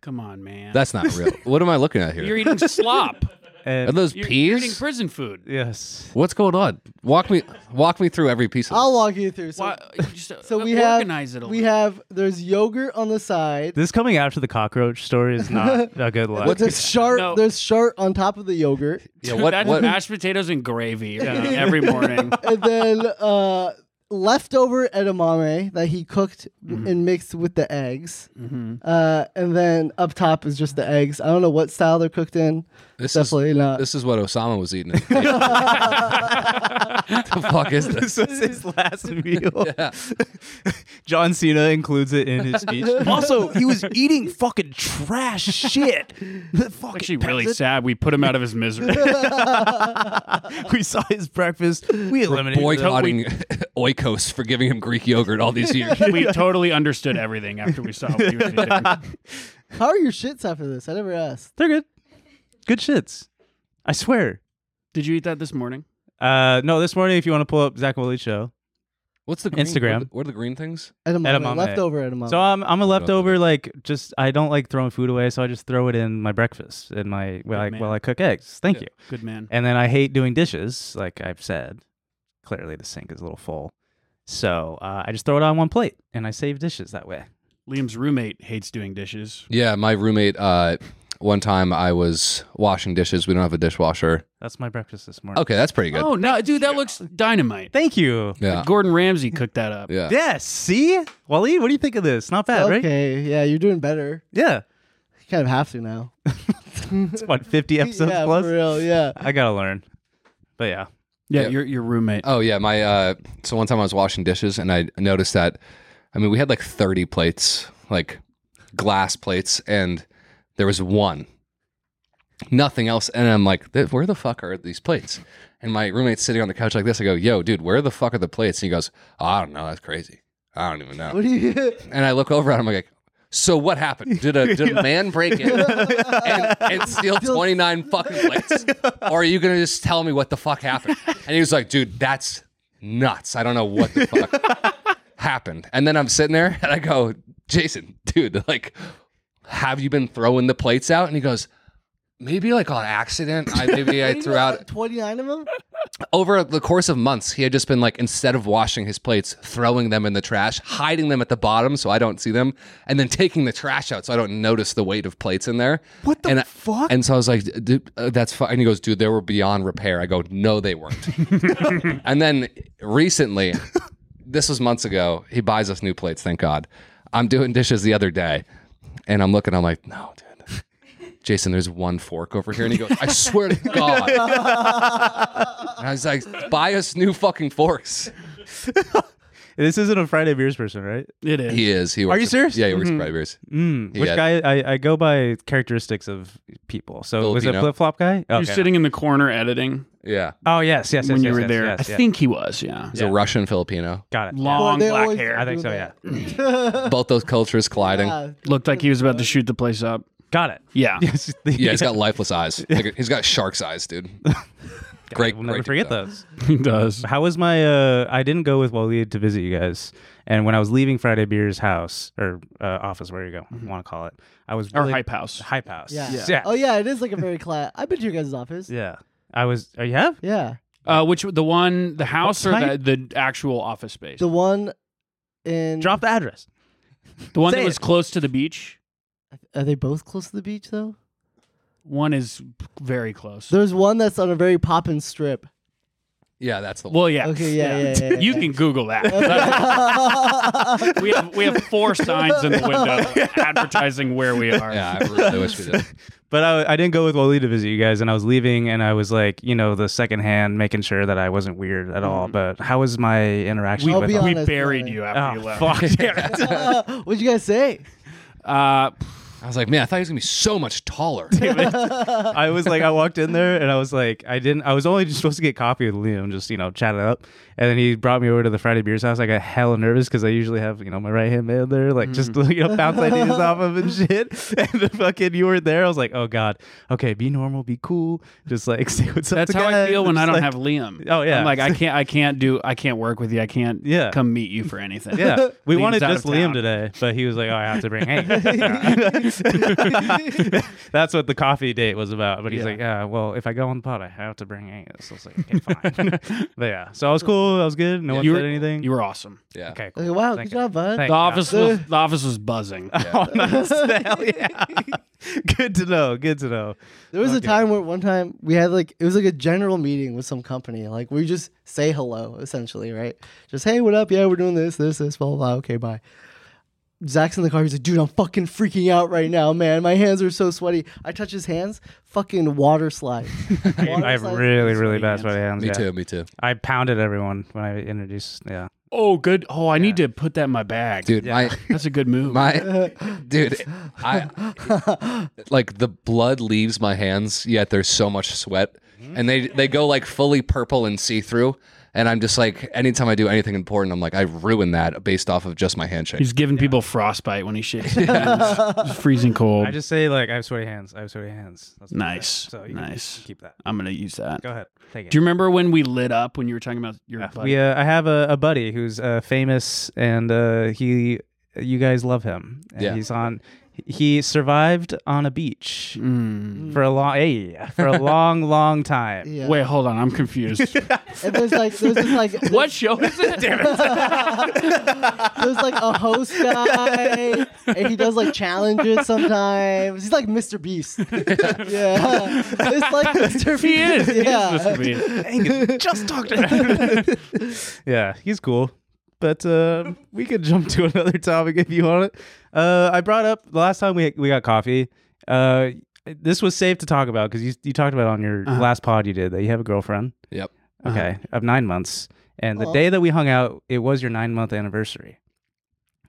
S3: Come on, man.
S4: That's not real. What am I looking at
S3: You're
S4: here?
S3: eating slop.
S4: Are
S1: And-
S4: those
S3: You're, you're eating
S4: peas?
S3: prison food.
S1: yes.
S4: What's going on? Walk me, walk me through every piece of.
S2: I'll walk you through. So,
S3: Why, just, uh,
S2: so we have
S3: organize it a
S2: we
S3: little.
S2: have there's yogurt on the side.
S1: This coming after the cockroach story is not a good look.
S2: But there's chart.
S3: No.
S2: There's chart on top of the yogurt,
S4: Yeah,
S3: Dude,
S4: what-
S3: that's
S4: what-
S3: mashed potatoes and gravy uh, every morning.
S2: and then uh, leftover edamame that he cooked and mixed with the eggs. Uh, and then up top is just the eggs. I don't know what style they're cooked in.
S4: This is-
S2: Definitely not.
S4: This is what Osama was eating. the fuck is this?
S1: this was his last meal. John Cena includes it in his speech. also, he was eating fucking trash shit. The fucking
S3: Actually, really
S1: peasant.
S3: sad. We put him out of his misery.
S1: We saw his breakfast. We eliminated
S4: Boycotting Oikos for giving him Greek yogurt all these years.
S3: we totally understood everything after we saw what he was eating.
S2: How are your shits after this? I never asked.
S1: They're good. Good shits. I swear.
S3: Did you eat that this morning?
S1: Uh, no, this morning, if you want to pull up Zach Willy's show.
S4: What's the green,
S1: Instagram.
S4: What are the, what are the green things?
S2: Edamame,
S1: Edamame.
S2: leftover edamame.
S1: So
S3: Um,
S1: I'm, I'm a leftover, like, just, I don't like throwing food away, so I just throw it in my breakfast and my, while, I,
S3: man.
S1: while I cook eggs. Thank you.
S3: Good man.
S1: And then I hate doing dishes, like I've said. Clearly, the sink is a little full. So uh, I just throw it on one plate and I save dishes that way.
S3: Liam's roommate hates doing dishes.
S4: Yeah, my roommate. Uh, one time I was washing dishes. We don't have a dishwasher.
S1: That's my breakfast this morning.
S4: Okay, that's pretty good.
S3: Oh no, dude, that looks dynamite.
S1: Thank you.
S4: yeah,
S3: Gordon Ramsay cooked that up.
S4: yeah.
S1: Yes. See? Waleed, what do you think of this? Not bad, right?
S2: okay, yeah, you're doing better.
S1: Yeah.
S2: You kind of have to now.
S1: It's what, 50 episodes
S2: yeah,
S1: plus?
S2: for real. Yeah.
S1: I got to learn. But yeah.
S3: Yeah,
S4: Yeah.
S3: your your roommate.
S4: Oh yeah, my uh so one time I was washing dishes and I noticed that I mean we had like 30 plates, like glass plates and there was one. Nothing else and I'm like, "Th- "Where the fuck are these plates?" And my roommate's sitting on the couch like this. I go, "Yo, dude, where the fuck are the plates?" And he goes, oh, "I don't know, that's crazy. I don't even know."
S2: What do you?
S4: and I look over at him like, so what happened? Did a, did a man break in and, and steal 29 fucking plates? Or are you going to just tell me what the fuck happened? And he was like, dude, that's nuts. I don't know what the fuck happened. And then I'm sitting there and I go, Jason, dude, like, have you been throwing the plates out? And he goes, maybe like on accident. I maybe I threw out
S2: Twenty nine of them.
S4: over the course of months, he had just been like, instead of washing his plates, throwing them in the trash, hiding them at the bottom so I don't see them, and then taking the trash out so I don't notice the weight of plates in there. What the and, fuck? And so I was like, dude, uh, that's fine. And he goes, dude, they were beyond repair. I go, no, they weren't. and then recently, this was months ago, he buys us new plates, thank God. I'm doing dishes the other day, and I'm looking, I'm like, no, dude. Jason, there's one fork over here. And he goes, I swear to God. And I was like, buy us new fucking forks.
S1: This isn't a Friday Beers person, right?
S3: It is.
S4: He is. He works
S1: Are you
S4: at-
S1: serious?
S4: Yeah, he works at Pride Bears.
S1: Mm, which
S4: Yeah.
S1: guy? I, I go by characteristics of people. So was it
S4: Filipino.
S1: flip flop guy?
S3: You're
S1: Okay.
S3: sitting in the corner editing
S4: Yeah.
S1: Oh, yes, yes, yes.
S3: when you
S1: yes,
S3: were
S1: yes,
S3: there.
S1: yes,
S3: I
S1: yes.
S3: think he was. Yeah.
S4: He's a Russian Filipino.
S1: Got it. yeah.
S3: Long
S2: Well, they
S3: black
S2: always-
S3: hair.
S1: I think so, yeah.
S4: Both those cultures colliding. Yeah,
S2: Yeah.
S3: Looked like he was about to shoot the place up.
S1: Got it.
S3: Yeah.
S1: Yes.
S4: he's got lifeless eyes. Like, he's got shark's eyes, dude. Great-
S1: I will never
S4: great
S1: forget
S4: TikTok.
S1: those.
S3: He does.
S1: How was my? Uh, I didn't go with Waleed to visit you guys, and when I was leaving Friday Beer's house or uh, office, where you go, want to call it, I was
S3: Or
S1: really,
S3: hype house.
S1: hype house.
S2: Yeah.
S1: yeah,
S2: Oh yeah, it is like a very class. I've been to your guys' office. Yeah.
S1: Yeah. I was. Oh, you have?
S2: Mm-hmm.
S3: Uh, which the one, the house or
S1: type?
S3: the, the actual office space?
S2: The
S3: The,
S2: one in
S1: Drop the address.
S3: one
S1: say
S3: that was
S1: it.
S3: close to the beach.
S2: Are they both close to the beach though?
S3: One is very close.
S2: There's one that's on a very poppin' strip.
S4: Yeah, that's the one.
S3: well, yeah.
S2: Okay, yeah, yeah, yeah, yeah.
S3: You can Google that. we have we have four signs in the window advertising where we are.
S4: Yeah, I really wish we did.
S1: But I, I didn't go with Waleed to visit you guys, and I was leaving, and I was like, you know, the second hand, making sure that I wasn't weird at all. But how was my interaction
S3: We,
S2: I'll
S1: with
S2: be
S1: him?
S3: we
S2: honest,
S3: buried
S2: Larry.
S3: you
S1: Oh,
S3: after you left.
S1: fuck. damn it.
S2: What'd you guys say?
S3: Uh,
S4: I was like, man, I thought he was gonna be so much taller.
S1: I was like, I walked in there, and I was like, I didn't, I was only just supposed to get coffee with Liam, just, you know, chat it up. And then he brought me over to the Friday Beers house. I got hella nervous because I usually have, you know, my right hand man there, like just,
S3: Mm.
S1: you know, bounce ideas off of and shit. And the fucking, you were there. I was like, oh God, okay, be normal, be cool. Just like, say what's up.
S3: that's
S1: to
S3: how I
S1: guys.
S3: feel when I
S1: Just, like,
S3: don't have Liam.
S1: Oh, yeah.
S3: I'm like I can't I can't do I can't work with you. I can't
S1: Yeah.
S3: come meet you for anything.
S1: Yeah, we
S3: Liam's
S1: wanted
S3: out
S1: just
S3: of
S1: Liam
S3: town.
S1: today, but he was like, "Oh, I have to bring Hank." That's what the coffee date was about. But he's
S3: Yeah.
S1: like, "Yeah, well, if I go on the pod, I have to bring Hank." So I was like, "Okay, fine." but yeah, so I was cool. I was good. No one
S3: You
S1: said
S3: were-
S1: anything.
S3: You were awesome.
S4: Yeah.
S1: okay. Cool.
S2: Okay, wow,
S1: Thank
S2: good job, bud.
S1: Thank
S3: The office
S2: God.
S3: was the office was buzzing.
S1: Oh, nice. Hell yeah. good to know. Good to know.
S2: There was
S1: Okay.
S2: a time where one time we had like it was like a general meeting with some company. Like we just say hello, essentially, right? Just hey, what up? Yeah, we're doing this, this, this, blah, blah, blah. Okay, bye. Zach's in the car. He's like, dude, I'm fucking freaking out right now, man. My hands are so sweaty. I touch his hands, fucking water slide. Water
S1: I have
S2: slide.
S1: really, really bad sweaty hands.
S4: Me
S1: yeah.
S4: too. Me too.
S1: I pounded everyone when I introduced. Yeah.
S3: Oh, good. Oh, I need to put that in my bag,
S4: Dude,
S3: That's a good move.
S4: my my dude, I like the blood leaves my hands. Yet there's so much sweat,
S1: Hmm?
S4: and they they go like fully purple and see through. And I'm just like, anytime I do anything important, I'm like, I ruin that based off of just my handshake.
S3: He's giving people frostbite when he shakes. his hands. It's freezing cold.
S1: I just say like I have sweaty hands. I have sweaty hands. That's what I say.
S3: Nice.
S1: So you
S3: Nice.
S1: Can keep that.
S3: I'm gonna use that.
S1: Go ahead. Take it.
S3: Do you remember when we lit up when you were talking about your
S1: Yeah,
S3: buddy?
S1: we, uh, I have a, a buddy who's uh, famous, and uh, he, you guys love him. And
S4: Yeah.
S1: he's on. He survived on a beach
S3: Mm.
S1: for a long, hey, for a long, long time.
S2: Yeah.
S3: Wait, hold on. I'm confused.
S2: And there's like there's just like
S3: what show is it? Damn it.
S2: there's like a host guy, and he does like challenges sometimes. He's like Mr. Beast. yeah, it's like Mr. Beast.
S3: He is. He is
S2: Yeah.
S3: Mr. Beast.
S1: Dang, just talked to him. yeah, he's cool. But uh, we could jump to another topic if you want it. Uh, I brought up the last time we we got coffee. Uh, this was safe to talk about because you you talked about it on your last pod you did that you have a girlfriend.
S4: Yep.
S1: Okay, of nine months. And the day that we hung out, it was your nine month anniversary,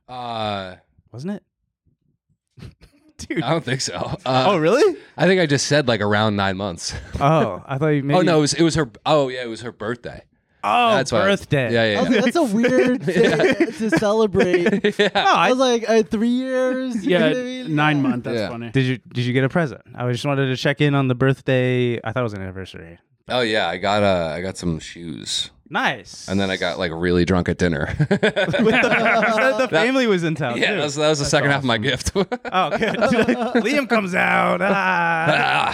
S4: Uh,
S1: wasn't it? Dude.
S4: I don't think so. Uh,
S1: oh, really?
S4: I think I just said like around nine months.
S1: Oh, I thought you maybe.
S4: Oh no, it was it was her. Oh yeah, it was her birthday.
S1: Oh,
S4: That's why.
S1: birthday.
S4: Yeah, yeah.
S2: I was like, that's a weird thing to celebrate.
S4: yeah. yeah.
S1: No,
S2: I
S1: I,
S2: was like, uh, three years. you know what I
S3: Yeah,
S2: mean?
S3: nine
S2: Yeah.
S3: month. That's
S4: Yeah.
S3: funny.
S1: did you did you get a present? I just wanted to check in on the birthday. I thought it was an anniversary.
S4: Oh yeah, I got uh, I got some shoes,
S1: Nice.
S4: and then I got like really drunk at dinner.
S1: the family was in town.
S4: yeah,
S1: too.
S4: that was, that was the second half of my gift.
S1: Oh, good. Liam comes out. Ah.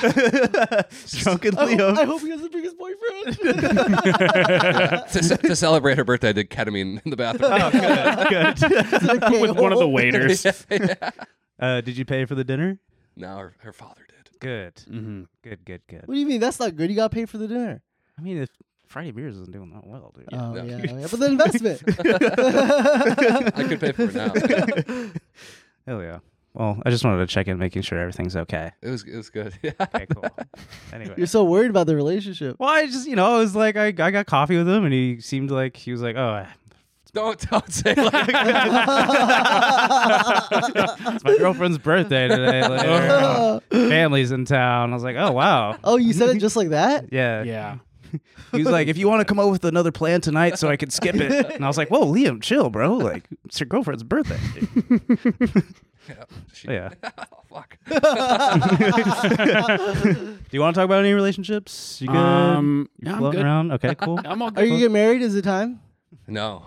S1: Drunken
S4: Oh.
S2: I
S1: Liam.
S2: hope he doesn't bring his boyfriend.
S4: to, ce- to celebrate her birthday, I did ketamine in the bathroom.
S1: Good. Good.
S3: With one of the waiters.
S1: Uh, did you pay for the dinner?
S4: no, her, her father did.
S1: Good.
S4: Mm-hmm.
S1: Good. Good. Good.
S2: What do you mean? That's not good. You got paid for the dinner.
S1: I mean, if Friday Beers isn't doing that well, dude.
S2: Oh
S4: no.
S2: yeah, yeah, but the investment.
S4: I could pay for it now. it
S1: Hell yeah. Well, I just wanted to check in, making sure everything's okay.
S4: was it was good. Yeah.
S1: Okay, cool. anyway.
S2: You're so worried about the relationship.
S1: well, I just, you know, I was like, I, I got coffee with him, and he seemed like he was like, oh, I-
S4: Don't don't say like
S1: it's my girlfriend's birthday today. Like, oh, family's in town. I was like, oh wow,
S2: Oh, you said it just like that?
S1: yeah.
S3: Yeah.
S1: He was like, if you want to come up with another plan tonight, so I could skip it. And I was like, whoa, Liam, chill, bro. Like, it's your girlfriend's birthday.
S4: she,
S1: yeah.
S4: Oh, fuck.
S1: Do you want to talk about any relationships? You good?
S3: Um,
S1: you
S3: yeah, I'm
S1: floating
S3: good.
S1: around? Okay, cool.
S3: I'm all
S2: Are
S3: good.
S2: you getting married? Is it time?
S4: No,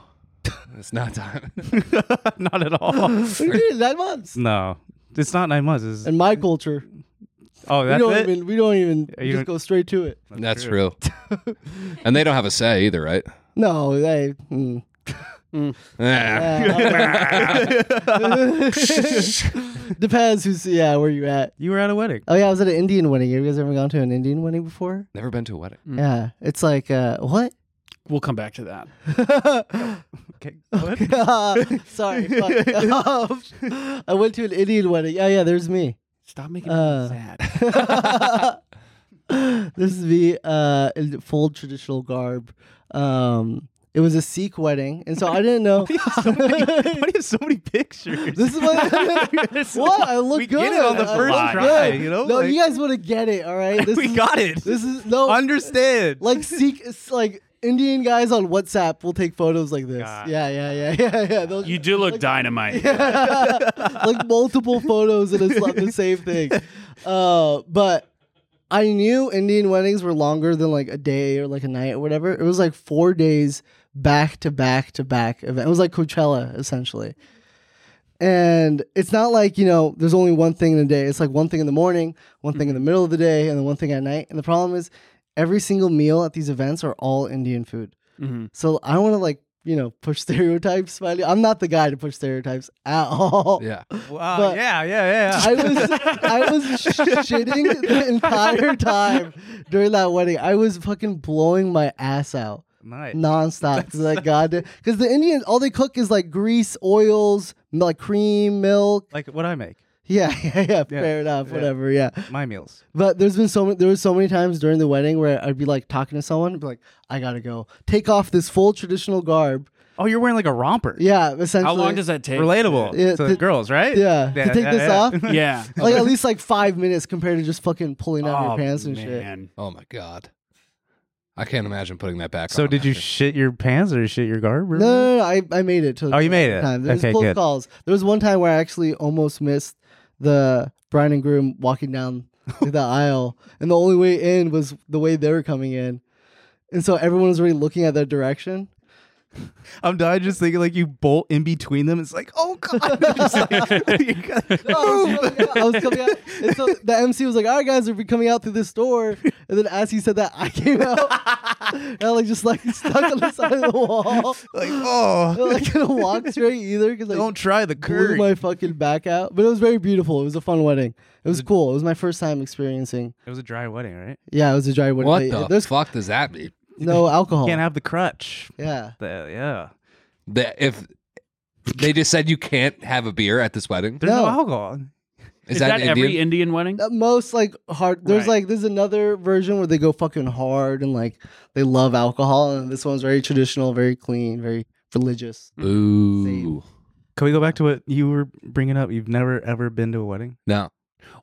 S4: it's not time.
S1: Not at all.
S2: We did it nine months.
S1: no, it's not nine months. It's,
S2: In my culture,
S1: oh,
S2: we
S1: that's
S2: don't
S1: it.
S2: even we don't even
S1: you
S2: just
S1: don't-
S2: go straight to it.
S4: That's true. and they don't have a say either, right?
S2: No, they. mm.
S4: Eh.
S2: Depends who's yeah where you at.
S1: you were at a wedding.
S2: Oh yeah, I was at an Indian wedding. Have you guys ever gone to an Indian wedding before?
S4: Never been to a wedding.
S1: Mm.
S2: Yeah, it's like uh, what?
S3: We'll come back to that.
S1: Okay, what?
S2: Sorry, fuck. Um, I went to an Indian wedding. Oh yeah, there's me.
S3: Stop making me
S2: Uh.
S3: sad.
S2: This is me uh, in full traditional garb. Um, it was a Sikh wedding, and so I didn't know.
S1: Why do you have so many pictures?
S2: This is what. what I look
S1: we
S2: good.
S1: get it on the
S2: I
S1: first
S2: look
S1: try,
S2: good.
S1: you know?
S2: No,
S1: Like-
S2: you guys want to get it, all right? This
S1: we
S2: is,
S1: got it.
S2: This is no
S1: Understand?
S2: like Sikh, it's like Indian guys on WhatsApp will take photos like this.
S1: God.
S2: Yeah, yeah, yeah, yeah, yeah. They'll
S3: You do look dynamite.
S2: like multiple photos and it's not the same thing. Uh, but I knew Indian weddings were longer than like a day or like a night or whatever. It was like four days back to back to back event. It was like Coachella essentially. And it's not like, you know, there's only one thing in a day. It's like one thing in the morning, one thing in the middle of the day, and then one thing at night. And the problem is every single meal at these events are all Indian food. So I don't want to like, you know, push stereotypes. but I- I'm not the guy to push stereotypes at all.
S4: Yeah.
S1: wow.
S2: but-
S1: yeah, yeah, yeah.
S2: I was I was shitting the entire time during that wedding. I was fucking blowing my ass out
S1: nice.
S2: nonstop. Cause like goddamn, because the Indians all they cook is like grease, oils, m- like cream, milk.
S1: Like what I make
S2: Yeah, yeah, yeah. Fair enough. Whatever. Yeah.
S1: my meals.
S2: But there's been so many, there was so many times during the wedding where I'd be like talking to someone, be like, I gotta go, take off this full traditional garb.
S1: Oh, you're wearing like a romper.
S2: Yeah, essentially.
S3: How long does that take?
S1: Relatable
S2: Yeah,
S1: to
S2: to-
S1: girls, right?
S2: Yeah, to take this off.
S3: Yeah.
S2: like at least like five minutes compared to just fucking pulling out your
S3: Oh,
S2: pants and shit.
S3: man.
S4: Oh my god. I can't imagine putting that back
S1: So
S4: on.
S1: did you
S4: after.
S1: shit your pants or shit your garb? or-
S2: No, no, no, I, I made it to.
S1: Oh, you made it.
S2: Time. There was
S1: Okay,
S2: close
S1: good.
S2: calls. There was one time where I actually almost missed the bride and groom walking down the aisle, and the only way in was the way they were coming in, and so everyone was already looking at their direction.
S1: I'm dying just thinking like you bolt in between them. It's like, oh god. Just like-
S2: No, I was coming out. I was coming out. And so the MC was like, "All right, guys, we'll be coming out through this door." And then as he said that, I came out, and I like just like stuck on the side of the wall.
S1: like, oh,
S2: I like couldn't walk straight either because like
S1: don't try the
S2: blew
S1: curry.
S2: my fucking back out. But it was very beautiful. It was a fun wedding. It was cool. It was my first time experiencing.
S1: it was a dry wedding, right?
S2: Yeah, it was a dry wedding.
S4: What
S2: Like,
S4: the
S2: There's
S4: fuck does that mean?
S2: no alcohol.
S1: Can't have the crutch.
S2: yeah.
S1: The- yeah.
S4: That if they just said you can't have a beer at this wedding,
S1: There's no,
S2: No.
S1: alcohol.
S4: is,
S3: Is that, every
S4: Indian?
S3: Indian wedding?
S2: At most like hard. There's
S3: Right.
S2: like there's another version where they go fucking hard and like they love alcohol. And this one's very traditional, very clean, very religious.
S4: Boo.
S1: Can we go back to what you were bringing up? You've never ever been to a wedding.
S4: No.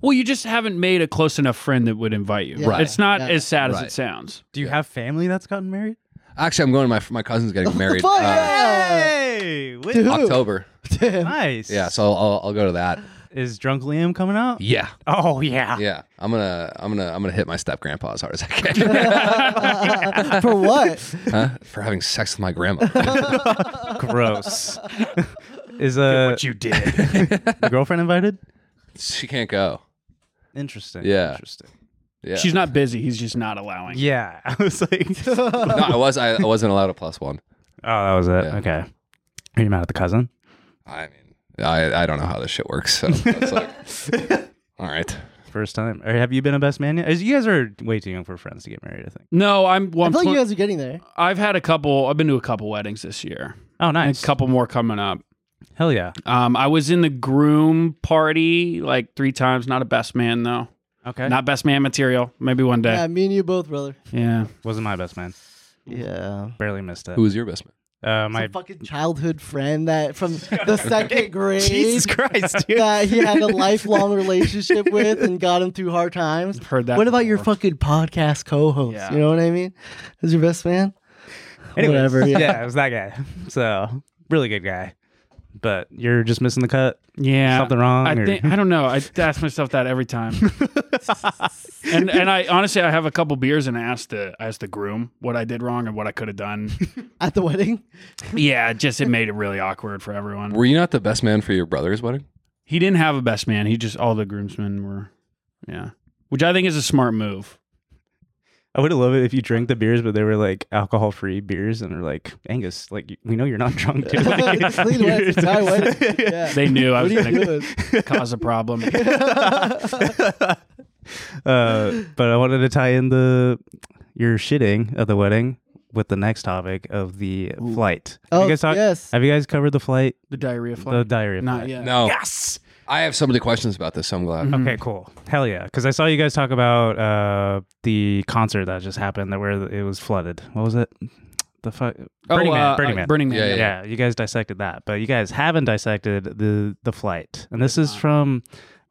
S3: Well, you just haven't made a close enough friend that would invite you.
S2: Yeah. Right.
S3: It's not
S2: Yeah.
S3: as sad as
S4: Right.
S3: it sounds.
S1: Do you have family that's gotten married?
S4: Actually, I'm going to my my cousin's getting married.
S2: Fuck
S4: uh,
S2: yeah!
S1: Hey, wait,
S2: Dude.
S4: October.
S2: Damn.
S1: nice.
S4: Yeah, so I'll, I'll go to that.
S1: Is Drunk Liam coming out?
S4: Yeah.
S1: Oh yeah.
S4: Yeah. I'm going to I'm going to I'm going to hit my step grandpa as hard as I can.
S2: For what?
S4: Huh? For having sex with my grandma.
S1: Gross. Is a
S3: you did.
S1: girlfriend invited?
S4: she can't go.
S1: Interesting.
S4: Yeah.
S1: Interesting.
S4: Yeah.
S3: She's not busy. He's just not allowing.
S1: Yeah. I was like, oh,
S4: no, I was I, I wasn't allowed a plus 1.
S1: that was it.
S4: Yeah.
S1: Okay. Are you mad at the cousin?
S4: I mean, I I don't know how this shit works. So it's like All right.
S1: First time. Or have you been a best man yet? Is- You guys are way too young for friends to get married, I think.
S3: No, I'm. Well,
S2: I
S3: I'm
S2: feel like
S3: twen-
S2: you guys are getting there.
S3: I've had a couple. I've been to a couple weddings this year.
S1: Oh,
S3: And
S1: nice.
S3: A couple more coming up.
S1: Hell yeah.
S3: Um, I was in the groom party like three times. Not a best man though.
S4: Uh,
S1: Okay.
S3: Not best man material. Maybe one
S2: Yeah,
S3: day.
S2: me and you both, brother.
S3: Yeah.
S1: Wasn't my best man.
S2: Yeah.
S1: Barely missed it.
S4: Who was your best man?
S1: uh,
S2: My
S1: my
S2: fucking childhood friend that from the second grade.
S1: Jesus Christ, dude.
S2: that he had a lifelong relationship with and got him through hard times.
S3: Heard that
S2: What about your
S3: before.
S2: fucking podcast co-host?
S3: Yeah.
S2: You know what I mean? Is your best man?
S1: Anyways,
S2: Whatever.
S1: Yeah. it was that guy. So really good guy. but you're just missing the cut.
S3: Yeah,
S1: Something wrong,
S3: I
S1: or-
S3: think I don't know. I ask myself that every time. and and I honestly I have a couple beers and I ask the I ask the groom what I did wrong and what I could have done.
S2: at the wedding.
S3: yeah, it just it made it really awkward for everyone.
S4: Were you not the best man for your brother's wedding?
S3: He didn't have a best man. He just all the groomsmen were, yeah, which I think is a smart move.
S1: I would have loved it if you drank the beers, but they were like alcohol free beers and they're like, Angus, like we know you're not drunk, dude. Like,
S2: It's clean wedding. It's a guy wedding. Yeah.
S3: They knew I
S2: What
S3: was
S2: are you
S3: going to
S2: doing?
S3: cause a problem.
S1: uh, but I wanted to tie in the your shitting of the wedding with the next topic of the flight. Have
S2: Oh,
S1: you guys talk-
S2: yes.
S1: Have you guys covered the flight?
S3: The diarrhea flight.
S1: The diarrhea.
S3: Not
S1: flight?
S3: yet.
S4: No.
S1: Yes.
S4: I have so many questions about this. I'm glad.
S3: Mm.
S1: Okay, cool. Hell yeah! Because I saw you guys talk about uh, the concert that just happened, that where it was flooded. What was it? The fuck? Burning Man.
S3: uh,
S1: Burning
S3: uh,
S1: Man.
S3: Burning Man.
S4: Yeah,
S3: yeah.
S1: yeah, you guys dissected that, but you guys haven't dissected the the flight. And this is from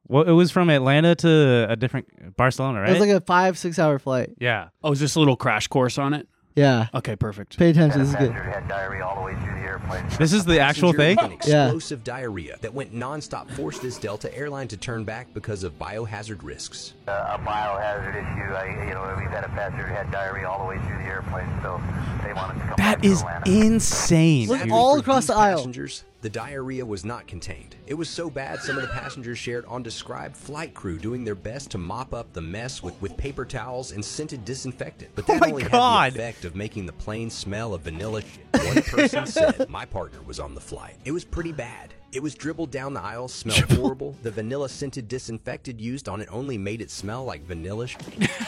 S1: well, it was from Atlanta to a different Barcelona, right?
S2: It was like a five, six hour flight.
S1: yeah.
S3: Oh, is this a little crash course on it?
S2: Yeah.
S3: Okay, perfect.
S2: Pay attention. This is good.
S7: had diarrhea all the way through the airplane.
S1: This is the actual thing.
S8: An
S2: Yeah.
S8: explosive diarrhea that went nonstop forced this Delta airline to turn back because of biohazard risks.
S7: Uh, a biohazard issue. I, you know, we've had a passenger who had diarrhea all the way through the airplane, so they wanted to come back
S1: That
S7: to
S1: is
S7: Atlanta.
S1: insane.
S2: Look
S1: dude.
S2: all
S8: For
S2: across
S8: these
S2: the aisle.
S8: Passengers, the diarrhea was not contained. It was so bad some of the passengers shared on described flight crew doing their best to mop up the mess with, with paper towels and scented disinfectant. But that
S1: Oh my
S8: only
S1: God.
S8: had the effect of making the plane smell of vanilla shit. One person said my partner was on the flight. It was pretty bad. It was dribbled down the aisle, smelled horrible. The vanilla scented disinfectant used on it only made it smell like vanilla shit.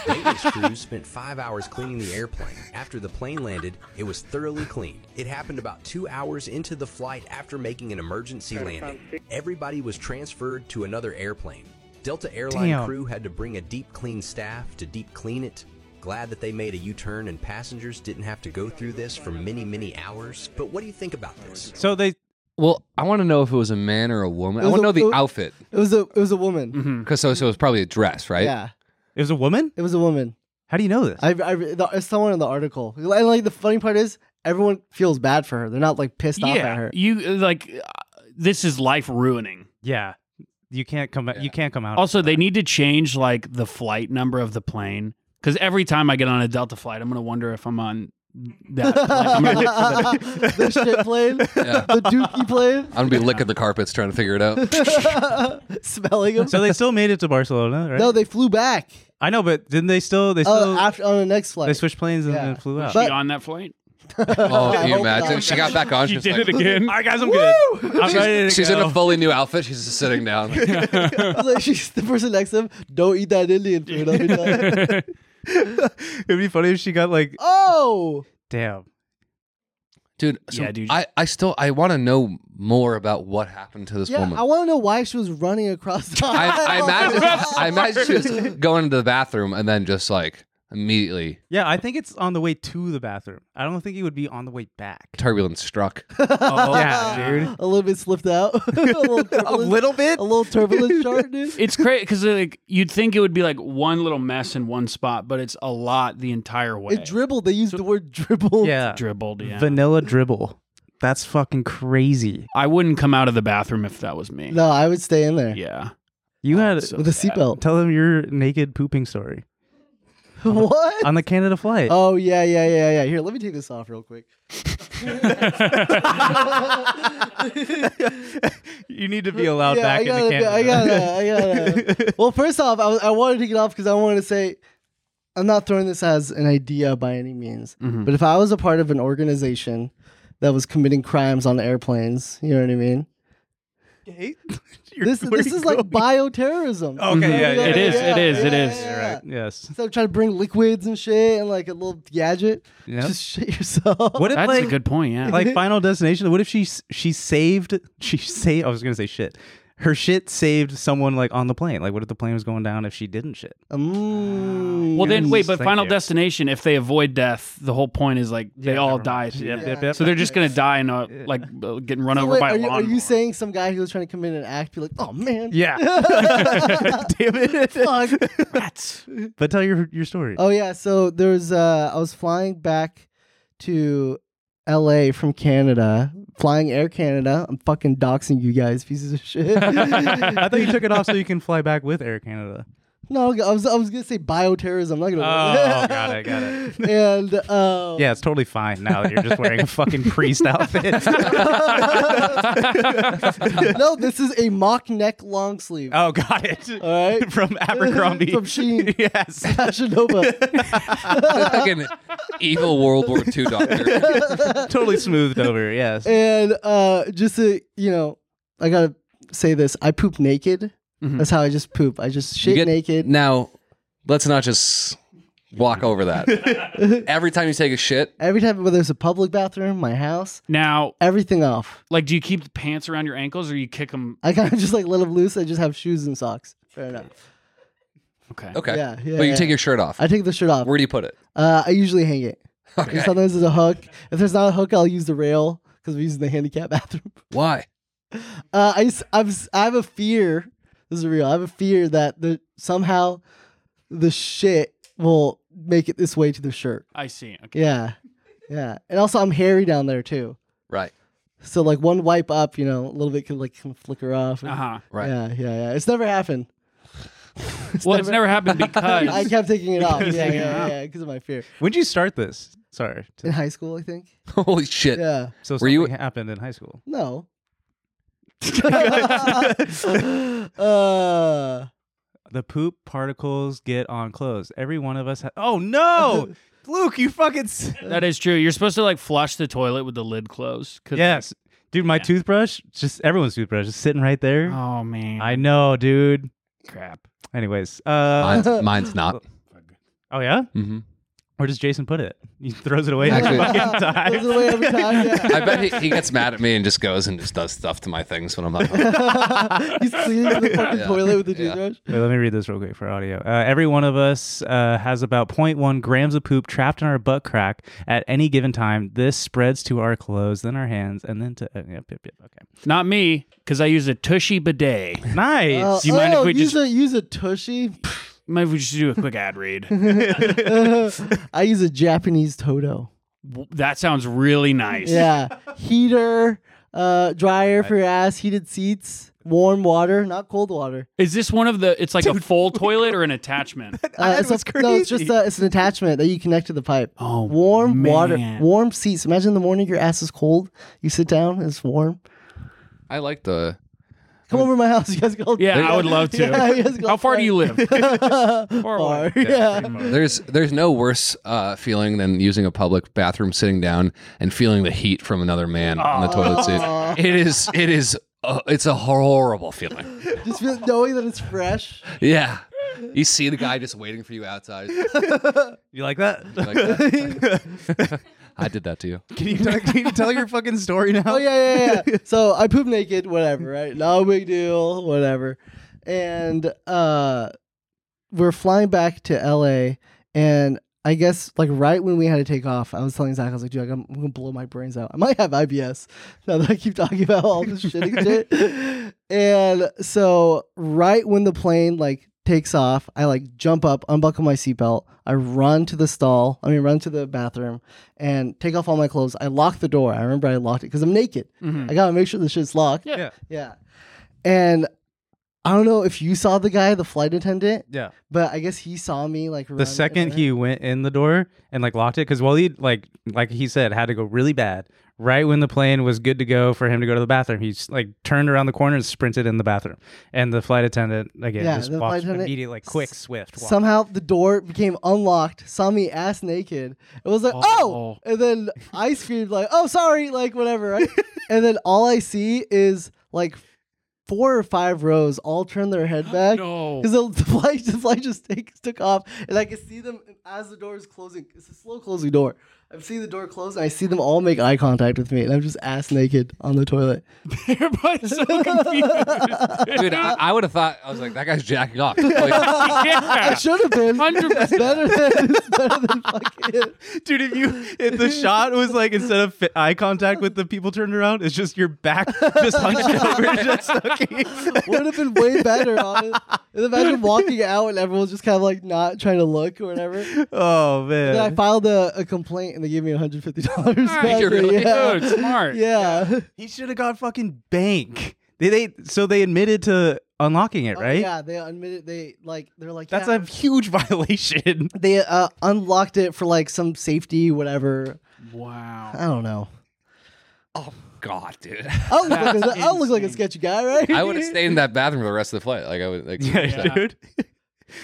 S8: Maintenance crews spent five hours cleaning the airplane. After the plane landed, it was thoroughly cleaned. It happened about two hours into the flight after making an emergency landing. Everybody was transferred to another airplane. Delta airline
S1: Damn.
S8: crew had to bring a deep clean staff to deep clean it. Glad that they made a U turn and passengers didn't have to go through this for many, many hours. But what do you think about this?
S1: So they
S4: Well, I want to know if it was a man or a woman.
S2: It
S4: I
S2: was
S4: want to
S2: a-
S4: know the
S2: it was-
S4: outfit
S2: It was a it was a woman.
S3: Mm-hmm.
S4: because so, so it was probably a dress, right?
S2: Yeah.
S1: it was a woman?
S2: It was a woman.
S1: How do you know this?
S2: I, I the, it's someone in the article. And like the funny part is, everyone feels bad for her. They're not like pissed off at her.
S3: you like uh, this is life ruining.
S1: yeah. You can't come you can't come out.
S3: Also, they need to change like the flight number of the plane because every time I get on a Delta flight, I'm gonna wonder if I'm on that. Plane. I'm gonna look for that.
S2: the shit plane,
S4: Yeah.
S2: the dookie plane,
S4: I'm gonna be licking the carpets trying to figure it out. Oh,
S2: smelling them.
S1: so they still made it to Barcelona, right?
S2: no, they flew back
S1: I know, but didn't they still they
S2: uh,
S1: still
S2: after on the next flight.
S1: they switched planes and,
S2: Yeah.
S1: and flew out?
S2: But-
S3: She on that flight?
S4: Oh, can you
S2: hope not.
S4: imagine? She got back on. She was like,
S3: again.
S1: all right, guys, I'm good. I'm ready to
S4: She's, she's in
S1: go.
S4: a fully new outfit. She's just sitting down.
S2: It's like she's the person next to him. Don't eat that Indian food. I'll be done."
S1: It'd be funny if she got like,
S2: oh,
S1: damn.
S4: Dude, so
S3: Yeah, dude.
S4: I, I still I want to know more about what happened to this
S2: yeah.
S4: woman.
S2: I want to know why she was running across the
S4: I,
S2: aisle.
S4: I imagine I imagine she was going to the bathroom and then just like immediately
S1: Yeah, I think it's on the way to the bathroom. I don't think it would be on the way back.
S4: turbulence struck.
S3: Oh,
S1: yeah, dude.
S2: a little bit slipped out. a, little turbulent-
S1: bit.
S2: a little turbulent shark, dude.
S3: It's crazy because like you'd think it would be like one little mess in one spot, but it's a lot the entire way.
S2: It dribbled. They used the word dribble.
S1: Yeah.
S3: dribbled. Yeah.
S1: Vanilla dribble. That's fucking crazy.
S3: I wouldn't come out of the bathroom if that was me.
S2: No, I would stay in there
S3: Yeah.
S1: You had
S3: So
S2: with a
S3: bad.
S2: seatbelt.
S1: tell them your naked pooping story
S2: what?
S1: on the Canada flight.
S2: Oh yeah, yeah, yeah, yeah. Here, let me take this off real quick.
S1: you need to be allowed
S2: yeah,
S1: back
S2: I gotta,
S1: into
S2: be-
S1: Canada.
S2: I gotta, I gotta. well, first off, I, was- I wanted to get off because I wanted to say, I'm not throwing this as an idea by any means.
S1: Mm-hmm.
S2: But if I was a part of an organization that was committing crimes on airplanes, you know what I mean.
S1: Okay.
S2: This,
S1: Where
S2: this
S1: you
S2: is like
S1: going?
S2: bioterrorism.
S1: Okay, yeah,
S3: It
S1: yeah,
S3: is.
S1: yeah.
S3: It is. It
S2: yeah,
S3: is.
S2: yeah.
S1: Right. Yes.
S2: Instead of trying to bring liquids and shit and like a little gadget,
S1: Yeah.
S2: just shit yourself.
S1: What if
S3: That's
S1: like,
S3: a good point. Yeah.
S1: like Final Destination? What if she s- she saved she say I was gonna say shit. Her shit saved someone like on the plane. Like what if the plane was going down if she didn't shit?
S2: Mm.
S3: Well, then wait, but
S1: Thank
S3: Final
S1: you.
S3: Destination, if they avoid death, the whole point is like they
S1: Yeah,
S3: all
S1: never
S3: die.
S1: mind.
S3: at the
S1: Yep,
S3: end.
S1: yep, yep.
S3: So they're just gonna die in a like uh, getting run over
S2: Wait,
S3: by
S2: are
S3: a
S2: you, are
S3: lawnmower.
S2: you saying some guy who was trying to commit an act be like, oh man,
S1: Yeah. Damn it.
S2: fuck.
S1: But tell your your story.
S2: oh yeah, so there's uh, I was flying back to LA from Canada, flying Air Canada. I'm fucking doxing you guys, pieces of shit.
S1: I thought you took it off so you can fly back with Air Canada.
S2: no, I was, I was gonna say bioterrorism. I'm not gonna.
S1: Oh, got it, got it.
S2: and uh,
S1: Yeah, it's totally fine now that you're just wearing a fucking priest outfit.
S2: no, this is a mock neck long sleeve.
S1: oh, got it.
S2: All right.
S1: From Abercrombie.
S2: From Sheen.
S1: yes.
S2: Fashion Nova.
S4: fucking evil World War II doctor.
S1: totally smoothed over. Yes.
S2: and uh, just to you know, I gotta say this: I poop naked.
S1: Mm-hmm.
S2: That's how I just poop. I just shit
S4: Get-
S2: naked.
S4: Now, let's not just walk over that. Every time you take a shit,
S2: Every time, whether it's a public bathroom, my house,
S3: Now,
S2: everything off.
S3: like, do you keep the pants around your ankles or you kick them?
S2: I kind of just like let them loose. I just have shoes and socks. Fair enough.
S3: Okay.
S4: okay.
S2: Yeah, yeah,
S4: but you
S2: yeah.
S4: take your shirt off.
S2: I take the shirt off.
S4: Where do you put it?
S2: uh, I usually hang it.
S4: Okay.
S2: Sometimes there's a hook. If there's not a hook, I'll use the rail because we're using the handicap bathroom.
S4: Why?
S2: Uh, I, s- I've, s- I have a fear. This is real. I have a fear that the somehow the shit will make it this way to the shirt.
S3: I see. Okay.
S2: Yeah, yeah. And also, I'm hairy down there too.
S4: Right.
S2: So like one wipe up, you know, a little bit could like can flicker off.
S3: Uh huh.
S4: Right.
S2: Yeah, yeah, yeah. It's never happened.
S3: Well, it's never happened because
S2: I kept taking it off. Yeah, yeah, yeah. Because of my fear
S1: When'd you start this? Sorry.
S2: in high school, I think.
S4: Holy shit.
S2: Yeah.
S1: So
S4: Were
S1: something
S4: you-
S1: happened in high school.
S2: No. uh,
S1: The poop particles get on clothes. Every one of us. Ha- oh no, Luke, you fucking. S-
S3: that is true. You're supposed to like flush the toilet with the lid closed. 'cause-
S1: yes, dude. My toothbrush, just everyone's toothbrush, is sitting right there.
S3: Oh man.
S1: I know, dude.
S3: crap.
S1: Anyways, uh,
S4: Mine's, mine's not.
S1: oh yeah,
S4: hmm
S1: where does Jason put it? He throws it away
S4: Actually-
S1: every fucking time.
S2: Throws it away every time. Yeah.
S4: I bet he, he gets mad at me and just goes and just does stuff to my things when I'm not home.
S2: He's cleaning the fucking
S4: Yeah.
S2: toilet with the
S4: Yeah.
S2: toothbrush.
S1: Wait, let me read this real quick for audio. Uh, every one of us uh, has about 0.1 grams of poop trapped in our butt crack at any given time. This spreads to our clothes, then our hands, and then to. Uh, yep, yep, yep. Okay.
S3: Not me, because I use a tushy bidet.
S1: Nice.
S2: Uh,
S3: do you mind if
S2: oh,
S3: we
S2: use
S3: just-
S2: a use a tushy?
S3: Maybe we just do a quick ad read.
S2: I use a Japanese Toto.
S3: W- that sounds really nice.
S2: Yeah, heater, uh, dryer for your ass, heated seats, warm water, not cold water.
S3: Is this one of the? It's like a full toilet or an attachment.
S2: Uh,
S1: thought it
S2: it's a-
S1: was
S2: No, it's just
S1: crazy.
S2: a, it's an attachment that you connect to the pipe.
S3: Oh,
S2: warm water,
S3: man.
S2: warm seats. Imagine in the morning your ass is cold. You sit down, it's warm.
S4: I like the.
S2: Come over to my house. You guys go.
S3: Yeah, I would love to.
S2: Yeah, you guys go
S3: How far do you live?
S2: Far.
S3: away.
S2: Yeah.
S4: There's there's no worse uh, feeling than using a public bathroom, sitting down and feeling the heat from another man on the toilet seat. It is it is uh, it's a horrible feeling.
S2: Just feel, knowing that it's fresh.
S4: Yeah, you see the guy just waiting for you outside.
S1: You like that?
S4: Like that. I did that to you.
S1: Can you, tell, can you tell your fucking story now?
S2: Oh yeah, yeah, yeah. so I poop naked, whatever, right? No big deal, whatever. And uh we're flying back to LA and I guess like right when we had to take off, I was telling Zach, I was like, dude, I'm, I'm gonna blow my brains out. I might have IBS now that I keep talking about all this shitty shit. And so right when the plane like takes off, I like jump up, unbuckle my seatbelt, I run to the stall, I mean run to the bathroom and take off all my clothes. I lock the door. I remember I locked it because I'm naked. I gotta make sure the shit's locked.
S1: Mm-hmm. Yeah.
S2: Yeah. And I don't know if you saw the guy, the flight attendant,
S1: Yeah.
S2: but I guess he saw me like run
S1: The
S2: in
S1: second
S2: there.
S1: he went in the door and like locked it, because Waleed, like like he said, had to go really bad. Right when the plane was good to go for him to go to the bathroom, he just, like turned around the corner and sprinted in the bathroom. And the flight attendant again
S2: Yeah,
S1: just
S2: the
S1: walked
S2: flight attendant
S1: immediately, like quick, swift. Walk.
S2: Somehow the door became unlocked, saw me ass naked. It was like, oh, and then I screamed like, oh, sorry, like whatever. Right? and then all I see is like four or five rows all turn their head back.
S3: No.
S2: Because the, the flight, the flight just takes took off, and I can see them as the door is closing. It's a slow closing door. I'm seeing the door close, and I see them all make eye contact with me, and I'm just ass naked on the toilet.
S3: Everybody's so confused.
S4: Dude, I, I would have thought I was like that guy's jacking off. Like,
S2: I should have been.
S3: 100%.
S2: It's better than it's better than fucking.
S1: Dude, if you if the shot was like instead of fi- eye contact with the people turned around, it's just your back just hunched over, just looking.
S2: Would have been way better. Honest. And imagine walking out and everyone's just kind of like not trying to look or whatever.
S1: Oh
S2: And I
S1: man,
S2: filed a, a complaint and they gave me $150. back.
S4: you really-
S2: Yeah.
S3: Dude, smart.
S2: Yeah.
S1: He should have gone fucking bank. They they so they admitted to unlocking it, right?
S2: Yeah, they admitted they like they're like
S1: That's
S2: yeah.
S1: a huge violation.
S2: they uh, unlocked it for like some safety whatever.
S3: Wow.
S2: I don't know.
S4: God, dude.
S2: I look, like
S3: That's
S2: a, I look like a
S3: insane.
S2: sketchy guy, right?
S4: I would have stayed in that bathroom for the rest of the flight. Like I would like
S1: yeah, dude.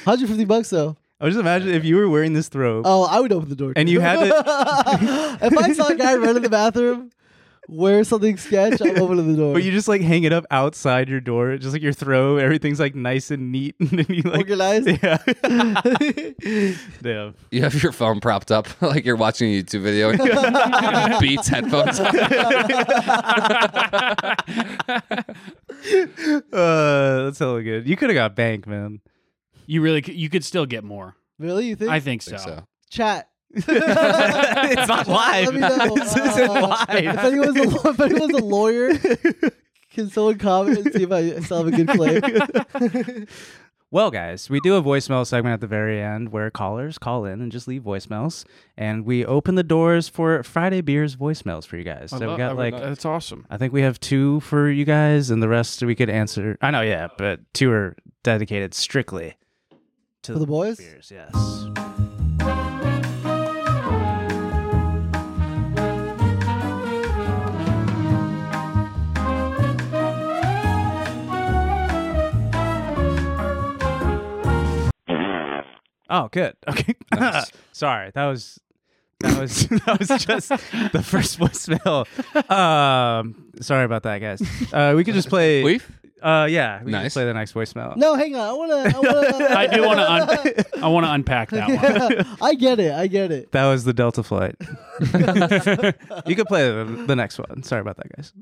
S2: 150 bucks though.
S1: I just imagine if you were wearing this throbe.
S2: Oh, I would open the door.
S1: And
S2: too.
S1: you had
S2: if I saw a guy run in the bathroom, wear something sketch, I'm opening the door.
S1: But you just like hang it up outside your door, just like your throw. Everything's like nice and neat, and then you like
S2: Organized?
S1: Yeah. Damn.
S4: You have your phone propped up like you're watching a YouTube video and beats headphones. on.
S1: Uh, that's hella good. You could have got bank, man.
S3: You really c- you could still get more.
S2: really? You think?
S3: I think so.
S4: So
S2: Chat.
S1: it's not live.
S2: Let me know.
S1: This isn't
S2: Uh, If
S1: live.
S2: anyone's a, law- if anyone's a lawyer, can someone comment and see if I still have a good claim?
S1: Well, guys, we do a voicemail segment at the very end where callers call in and just leave voicemails, and we open the doors for Friday beers voicemails for you guys. So we got like
S3: that's awesome.
S1: I think we have two for you guys, and the rest we could answer. I know, yeah, but two are dedicated strictly to
S2: For the boys?
S1: Beers, yes. Oh, good. Okay. Sorry, that was that was that was just the first voicemail. Um, sorry about that, guys. Uh, we could just play.
S4: Weef?
S1: Uh, yeah, we can
S4: Nice.
S1: just play the next voicemail.
S2: No, hang on. I wanna. I, wanna,
S3: I do want to un- I want to unpack that one.
S2: I get it. I get it.
S1: That was the Delta flight. you could play the, the next one. Sorry about that, guys.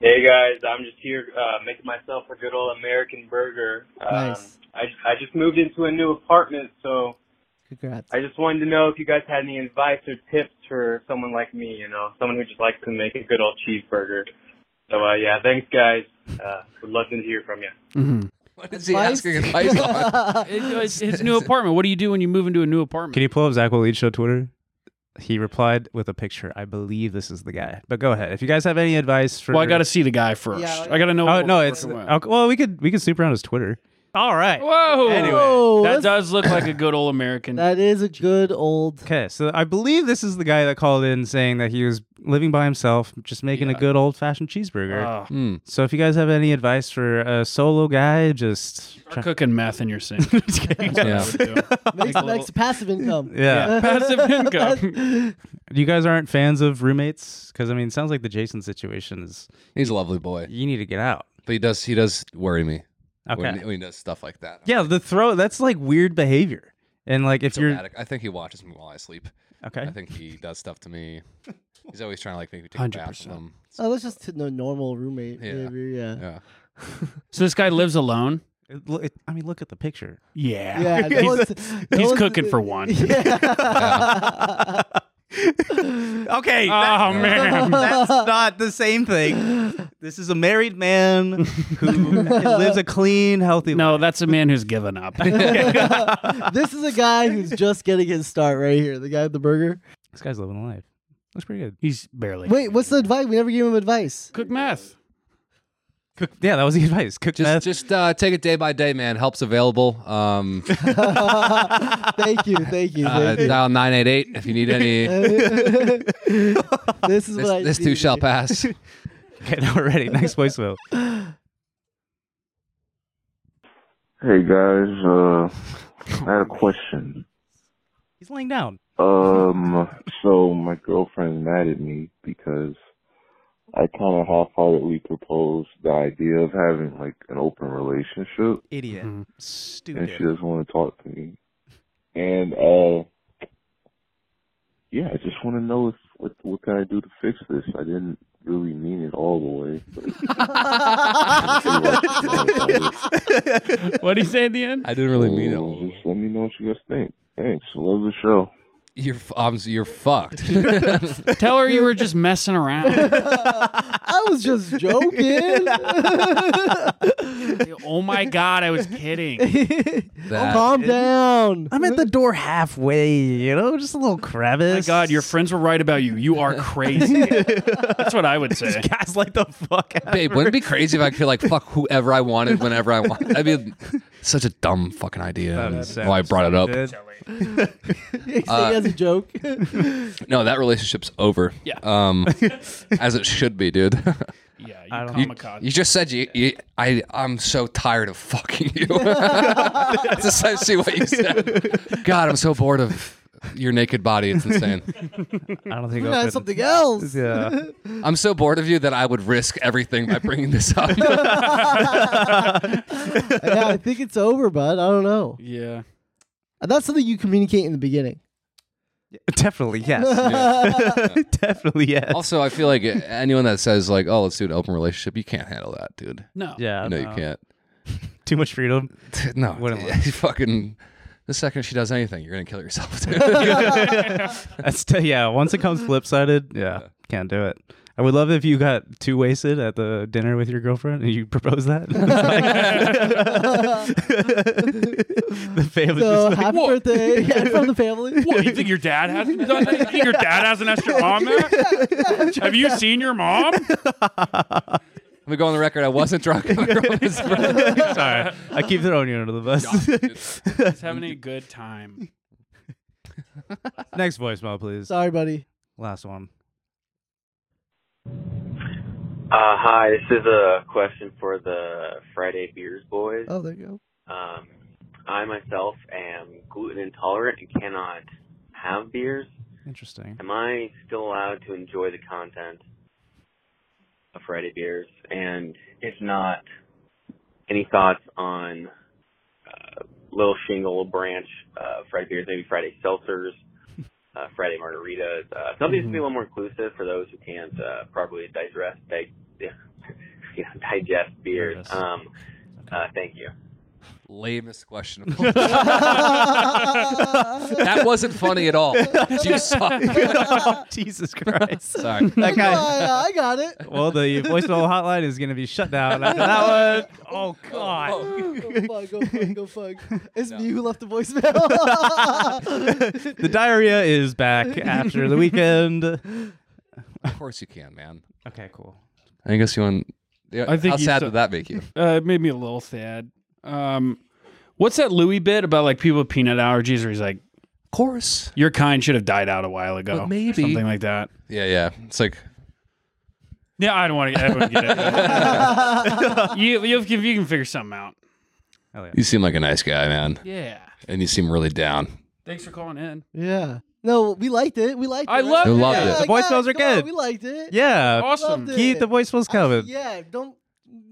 S9: Hey guys, I'm just here uh, making myself a good old American burger. Um,
S2: Nice.
S9: I I just moved into a new apartment, so
S2: Congrats.
S9: I just wanted to know if you guys had any advice or tips for someone like me. You know, someone who just likes to make a good old cheeseburger. So uh, yeah, thanks guys. Uh, would love to hear from you.
S3: Mm-hmm.
S4: what is he asking advice on?
S3: It- it's his new apartment. What do you do when you move into a new apartment?
S1: Can you pull up Zach Waleed show Twitter? He replied with a picture. I believe this is the guy. But go ahead. If you guys have any advice for,
S3: well, I got to see the guy first.
S2: Yeah, like-
S3: I got to know.
S1: Oh
S3: what
S1: no,
S3: we're
S1: it's
S3: working with.
S1: oh, well. We could we could snoop around his Twitter. All right.
S3: Whoa!
S2: Whoa,
S3: that
S2: Oh, that's-
S3: does look like a good old American.
S2: That is a good old.
S1: Okay, so I believe this is the guy that called in saying that he was living by himself, just making a good old fashioned cheeseburger.
S3: Oh,
S4: Hmm.
S1: So if you guys have any advice for a solo guy, just
S3: start cooking meth in your sink.
S4: Yeah.
S2: Makes next passive income.
S1: yeah.
S3: Passive income.
S1: You guys aren't fans of roommates because I mean, it sounds like the Jason situation is
S4: He's a lovely boy,
S1: you need to get out.
S4: but he does he does worry me when,
S1: Okay.
S4: when he does stuff like that.
S1: Yeah, the throw that's like weird behavior, and like if
S4: It's
S1: you're
S4: erratic. I think he watches me while I sleep.
S1: okay,
S4: I think he does stuff to me. He's always trying to like make me take a bath with
S3: 100%.
S4: him.
S2: Oh, that's just the normal roommate
S4: Yeah.
S2: behavior. Yeah.
S4: Yeah.
S3: so this guy lives alone.
S1: It- look- it- I mean, look at the picture.
S3: Yeah.
S2: Yeah, that
S3: he's,
S2: was- that
S3: he's
S2: was-
S3: cooking for one.
S2: Yeah.
S1: Okay,
S3: Oh man.
S1: that's not the same thing. This is a married man who lives a clean, healthy
S3: No, that's a man who's given up.
S2: this is a guy who's just getting his start right here. The guy with the burger.
S1: This guy's living a life. Looks pretty good.
S3: He's barely.
S2: Wait, what's the advice? We never gave him advice.
S3: Cook meth.
S1: Cook, yeah, that was the advice. Cook
S4: Just
S1: meth.
S4: just uh, take it day by day, man. Help's available. Um,
S2: thank you, thank you,
S4: uh,
S2: thank you.
S4: dial nine eight eight if you need any.
S2: this is
S4: This,
S2: what I
S4: this too shall
S2: needed.
S4: pass.
S1: Okay, now we're ready. Next voicemail.
S9: Hey guys, uh, I had a question.
S1: He's laying down.
S9: Um, so my girlfriend's mad at me because I kind of half-heartedly proposed the idea of having like an open relationship,
S1: Idiot.
S4: Mm-hmm.
S3: Mhm.
S9: and she
S1: Stupid.
S9: doesn't want to talk to me. And uh, yeah, I just want to know if what what can I do to fix this? I didn't really mean it all the way. But
S3: What did he say at the end?
S4: I didn't really mean it.
S9: Just let me know what you guys think. Thanks. Love the show.
S4: You're f- obviously you're fucked.
S3: Tell her you were just messing around.
S2: I was just joking.
S3: oh my god, I was kidding.
S4: That-
S2: Calm down.
S1: I'm at the door halfway, you know, just a little crevice.
S3: My god, your friends were right about you. You are crazy. That's what I would say.
S1: gaslight the fuck out.
S4: Babe, wouldn't it be crazy if I could like fuck whoever I wanted whenever I wanted? I mean, such a dumb fucking idea. I don't know Why I brought it up? Uh,
S2: Say as a joke.
S4: No, that relationship's over.
S3: Yeah.
S4: Um, as it should be, dude.
S3: Yeah, you
S1: don't- You-
S3: kamikaze.
S4: you just said you, you. I. I'm so tired of fucking you. That's essentially what you said. God, I'm so bored of your naked body. It's insane.
S1: I don't think
S2: I
S1: I'll
S2: had something else.
S1: Yeah.
S4: I'm so bored of you that I would risk everything by bringing this up.
S2: yeah, I think it's over, bud. I don't know.
S3: yeah.
S2: That's something you communicate in the beginning.
S1: Definitely yes. Definitely yes.
S4: also, I feel like anyone that says like, "Oh, let's do an open relationship," you can't handle that, dude.
S3: No.
S1: yeah.
S4: no, you can't.
S1: Too much freedom.
S4: No,
S1: Wouldn't
S4: dude,
S1: work.
S4: you fucking. The second she does anything, you're gonna kill yourself. dude.
S1: That's t- yeah. Once it comes flip sided, yeah, can't do it. I would love if you got too wasted at the dinner with your girlfriend and you proposed that. the family
S2: So
S1: just like,
S2: happy birthday yeah, from the family.
S3: What, you think your dad hasn't done that? You think your dad hasn't asked your mom that? Have you seen your mom?
S4: Let me go on the record. I wasn't drunk. on the girlfriend's birthday.
S1: sorry, I keep throwing you under the bus.
S3: He's having a good time.
S1: Next voicemail, please.
S2: Sorry, buddy.
S1: Last one.
S10: Uh, hi, this is a question for the Friday Beers Boys.
S2: Oh, there you go.
S10: Um, I myself am gluten intolerant and cannot have beers.
S1: Interesting.
S10: Am I still allowed to enjoy the content of Friday Beers? And if not, any thoughts on uh, Little Shingle Branch, uh, Friday Beers, maybe Friday Seltzers, uh, Friday Margaritas? Uh, something to be a little more inclusive for those who can't uh, properly digest, dig- you know, digest beers.
S1: Digest.
S10: Um, uh, thank you.
S4: Lamest question of all. that wasn't funny at all. You suck.
S1: Jesus Christ.
S4: Sorry.
S1: That guy.
S2: I, I got it.
S1: Well, the voicemail hotline is going to be shut down after that one. Oh, God.
S2: Go fuck, go fuck, go fuck. It's me who left the voicemail.
S1: the diarrhea is back after the weekend.
S4: Of course you can, man.
S1: Okay, cool.
S4: I guess you want. Yeah,
S3: I think
S4: how
S3: you
S4: sad
S3: su-
S4: would that make you?
S3: Uh, it made me a little sad. Um, what's that Louis bit about like people with peanut allergies? Where he's like,
S4: Of course.
S3: "Your kind should have died out a while ago."
S4: But maybe-
S3: something like that.
S4: Yeah, yeah. It's like
S3: Yeah, I don't want to. Everyone get it. you, you, can- you can figure something out.
S1: Oh,
S4: you seem like a nice guy, man,
S3: Yeah.
S4: and you seem really down.
S3: Thanks for calling in.
S2: yeah. No, we liked it. We liked it.
S3: I
S2: right?
S3: loved
S4: I loved it.
S2: Yeah,
S1: The voicemails
S2: yeah,
S1: are
S2: come on,
S1: good.
S2: We liked it.
S1: Yeah.
S3: Awesome.
S2: Loved it.
S1: Keep the voicemails coming. Yeah.
S2: Yeah, don't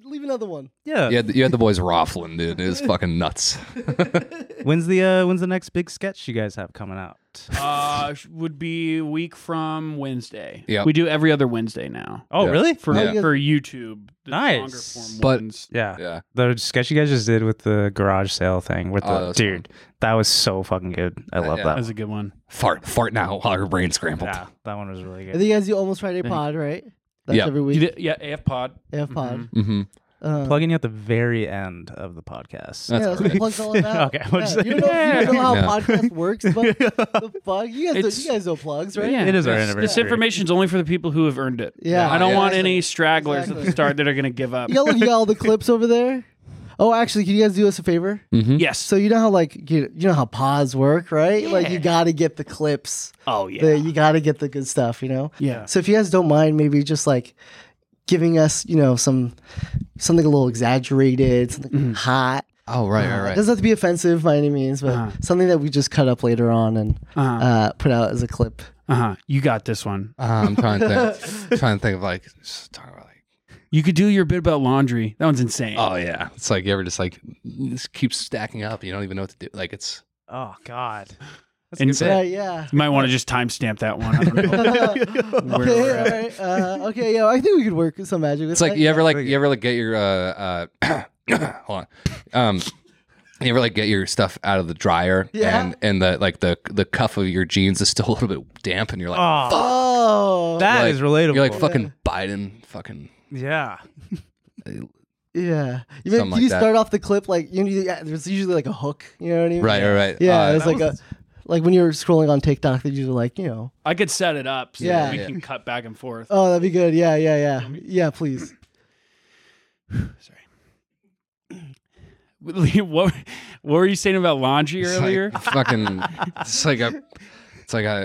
S2: leave another one.
S3: Uh,
S4: You had, you had the boys raffling, dude. It was fucking nuts.
S1: When's the uh, when's the next big sketch you guys have coming out?
S3: Uh, sh- would be a week from Wednesday.
S4: Yep.
S3: We do every other Wednesday now
S1: Oh,
S4: Yeah.
S1: really?
S3: for
S4: Yeah.
S3: for YouTube. The
S1: Nice.
S3: Longer form
S4: But-
S3: ones.
S1: Yeah.
S4: Yeah.
S1: The sketch you guys just did with the garage sale thing with
S4: Oh, that
S1: the
S4: was
S1: dude, that was so fucking good. I love that.
S4: yeah.
S3: That was
S1: One.
S3: a good one.
S4: Fart, fart now while your brain scrambled.
S1: Yeah, that one was really
S2: And
S1: good.
S2: then you guys do Almost Friday Pod, right? That's
S4: Yeah.
S2: every
S3: You
S2: week.
S3: did- yeah, AF Pod.
S2: AF Pod.
S4: Mm-hmm.
S2: Uh,
S1: Plugging you at the very end of the podcast.
S4: That's
S2: yeah,
S4: all
S2: that's
S4: right.
S2: what plugs all about.
S1: Okay, I'm just
S2: Yeah, you, don't know, you don't know how
S4: Yeah.
S2: podcast works, but the fuck, you guys,
S3: It's-
S2: know, you guys know plugs, right?
S3: Yeah.
S1: It is our
S3: This-
S1: anniversary.
S3: This information's only for the people who have earned it.
S2: Yeah.
S3: I don't
S4: Yeah.
S3: want any stragglers at
S2: Exactly.
S3: the start that are going to give up.
S2: You got, look, you got all the clips over there. Oh, actually, can you guys do us a favor?
S4: mm-hmm.
S3: Yes.
S2: So you know how like you, you know how pods work, right? Like you got to get the clips.
S3: oh
S2: The, you got to get the good stuff, you know.
S3: Yeah.
S2: So if you guys don't mind, maybe just like giving us, you know, some something a little exaggerated, something hot.
S4: Oh, right,
S2: Uh,
S4: right, Uh-huh.
S2: It
S4: right.
S2: doesn't have to be offensive by any means, but something that we just cut up later on and uh
S4: Uh-huh.
S2: put out as a
S3: Uh
S2: clip.
S3: huh. Uh-huh. You got this one.
S4: Uh, I'm trying to think. trying to think of like just talking about like.
S3: You could do your bit about laundry. That one's insane.
S4: Oh yeah, it's like you ever just like this keeps stacking up. You don't even know what to do. Like it's
S1: Oh God. That's
S3: And
S1: a good
S3: Yeah.
S2: Yeah,
S1: bit.
S2: yeah.
S3: You might want to just timestamp that one. I don't know. Where
S2: Okay,
S3: we're
S2: all
S3: at.
S2: right. Uh, okay, yeah. I think we could work some magic. with
S4: it's like
S2: that.
S4: you ever like you ever like get your uh uh hold on um You ever like get your stuff out of the dryer
S2: Yeah.
S4: and and the like the the cuff of your jeans is still a little bit damp and you're like
S1: Oh.
S4: fuck.
S2: Oh,
S1: That
S4: Like,
S1: is relatable.
S4: You're like fucking Biden fucking
S1: Yeah.
S2: Yeah, you, mean,
S4: Something
S2: you
S4: like that.
S2: start off the clip like you need. Yeah, there's usually like a hook. You know what I mean?
S4: Right, right, right.
S2: Yeah,
S4: Uh,
S2: it's
S4: that
S2: like a like when you're scrolling on TikTok, they usually like you know.
S3: I could set it up so
S2: Yeah.
S3: that we
S2: Yeah.
S3: can cut back and forth.
S2: Oh, that'd be good. Yeah, yeah, yeah, yeah. Please.
S3: Lee, what, what were you saying about laundry
S4: It's
S3: earlier?
S4: Like fucking, it's like a, it's like a.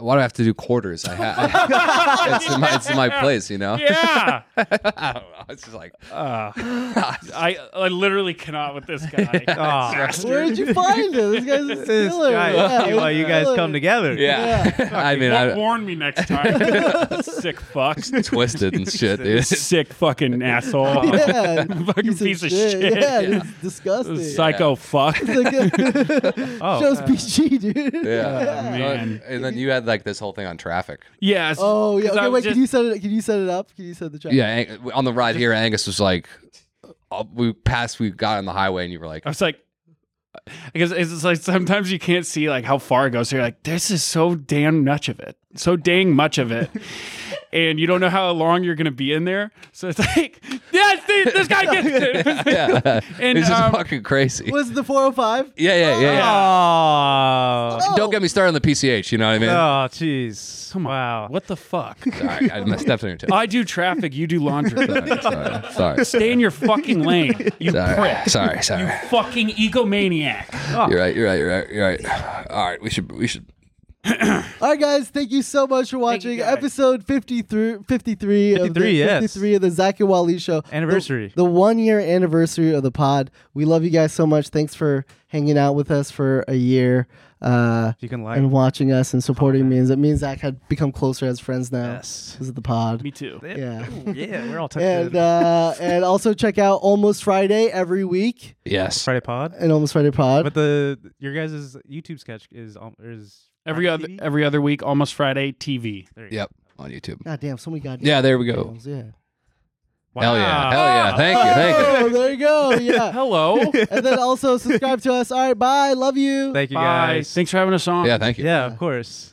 S4: Uh, why do I have to do quarters? I, ha- I it's, in my, it's in my place, you know.
S3: Yeah.
S4: I don't know. It's just like
S3: Uh, I I literally cannot with this guy.
S1: Aw.
S3: Bastard.
S2: Where did you find it? This guy's a
S1: This
S2: killer.
S1: guy-
S2: Yeah,
S1: see why you guys
S2: killer.
S1: come together.
S4: yeah. I mean,
S3: Wa-
S4: I
S3: warn me next time. Sick fuck.
S4: twisted and shit, dude.
S3: Sick fucking asshole.
S2: Yeah,
S3: fucking piece of
S2: shit.
S3: shit.
S2: Yeah, it's disgusting.
S3: Psycho fuck.
S2: It's like a-
S3: Oh,
S4: Oh.
S2: shows PG, dude.
S4: Yeah,
S3: man.
S4: and then you had like this whole thing on traffic.
S3: Yes.
S2: Oh yeah.
S3: 'Cause I
S2: Okay,
S3: was
S2: wait.
S3: just-
S2: Can you set it? Can you set it up? Can you set the track?
S4: Yeah, Ang- on the ride here, Angus was like, uh, we passed, we got on the highway, and you were like,
S3: I was like, because it's just like sometimes you can't see like how far it goes. So you're like, this is so damn much of it, so dang much of it, and you don't know how long you're gonna be in there. So it's like, yeah, see, this guy gets it.
S4: yeah,
S3: And,
S4: it's just
S3: um,
S4: fucking crazy.
S2: Was it the 405?
S4: yeah, yeah, yeah. yeah.
S1: Oh.
S2: Oh.
S4: Don't get me started on the PCH. You know what I mean?
S1: Oh, jeez. Wow.
S3: What the fuck?
S4: Sorry, I messed up in your tip.
S3: I do traffic, you do laundry.
S4: Sorry, sorry.
S3: Stay in your fucking lane, you
S4: Sorry,
S3: prick.
S4: sorry, sorry.
S3: Fucking egomaniac.
S4: You're right. You're right. You're right. You're right. All right. We should. We should.
S2: All right, guys, thank you so much for watching
S3: guys.
S2: episode 53, 53, of, the,
S1: 53, yes.
S2: 53 of the Zach and Wally Show. The-
S1: Anniversary.
S2: The, one year anniversary of the pod. We love you guys so much. Thanks for hanging out with us for a year uh,
S1: You can like.
S2: and watching us and supporting me. It means Zach had become closer as friends now.
S1: Yes.
S2: This is the pod.
S3: Me too.
S2: Yeah.
S1: Ooh, yeah, we're all tucked
S2: And
S1: in.
S2: uh, and also check out Almost Friday every week
S4: Yes.
S1: Friday Pod.
S2: and Almost Friday Pod.
S1: But the your guys' YouTube sketch is um, is
S3: Every other
S1: IMDb?
S3: every other week, almost Friday TV.
S4: Yep. On YouTube.
S2: God damn, so many goddamn.
S4: Yeah. There we go.
S2: channels, Yeah.
S4: Hell
S1: Wow.
S4: yeah. Hell yeah. Thank you. Thank you.
S2: Oh, there you go. Yeah.
S3: Hello.
S2: and then also subscribe to us. All right, bye. Love you.
S1: Thank you
S3: Bye.
S1: guys.
S3: Thanks for having us on.
S4: Yeah. Thank you.
S1: Yeah, of course.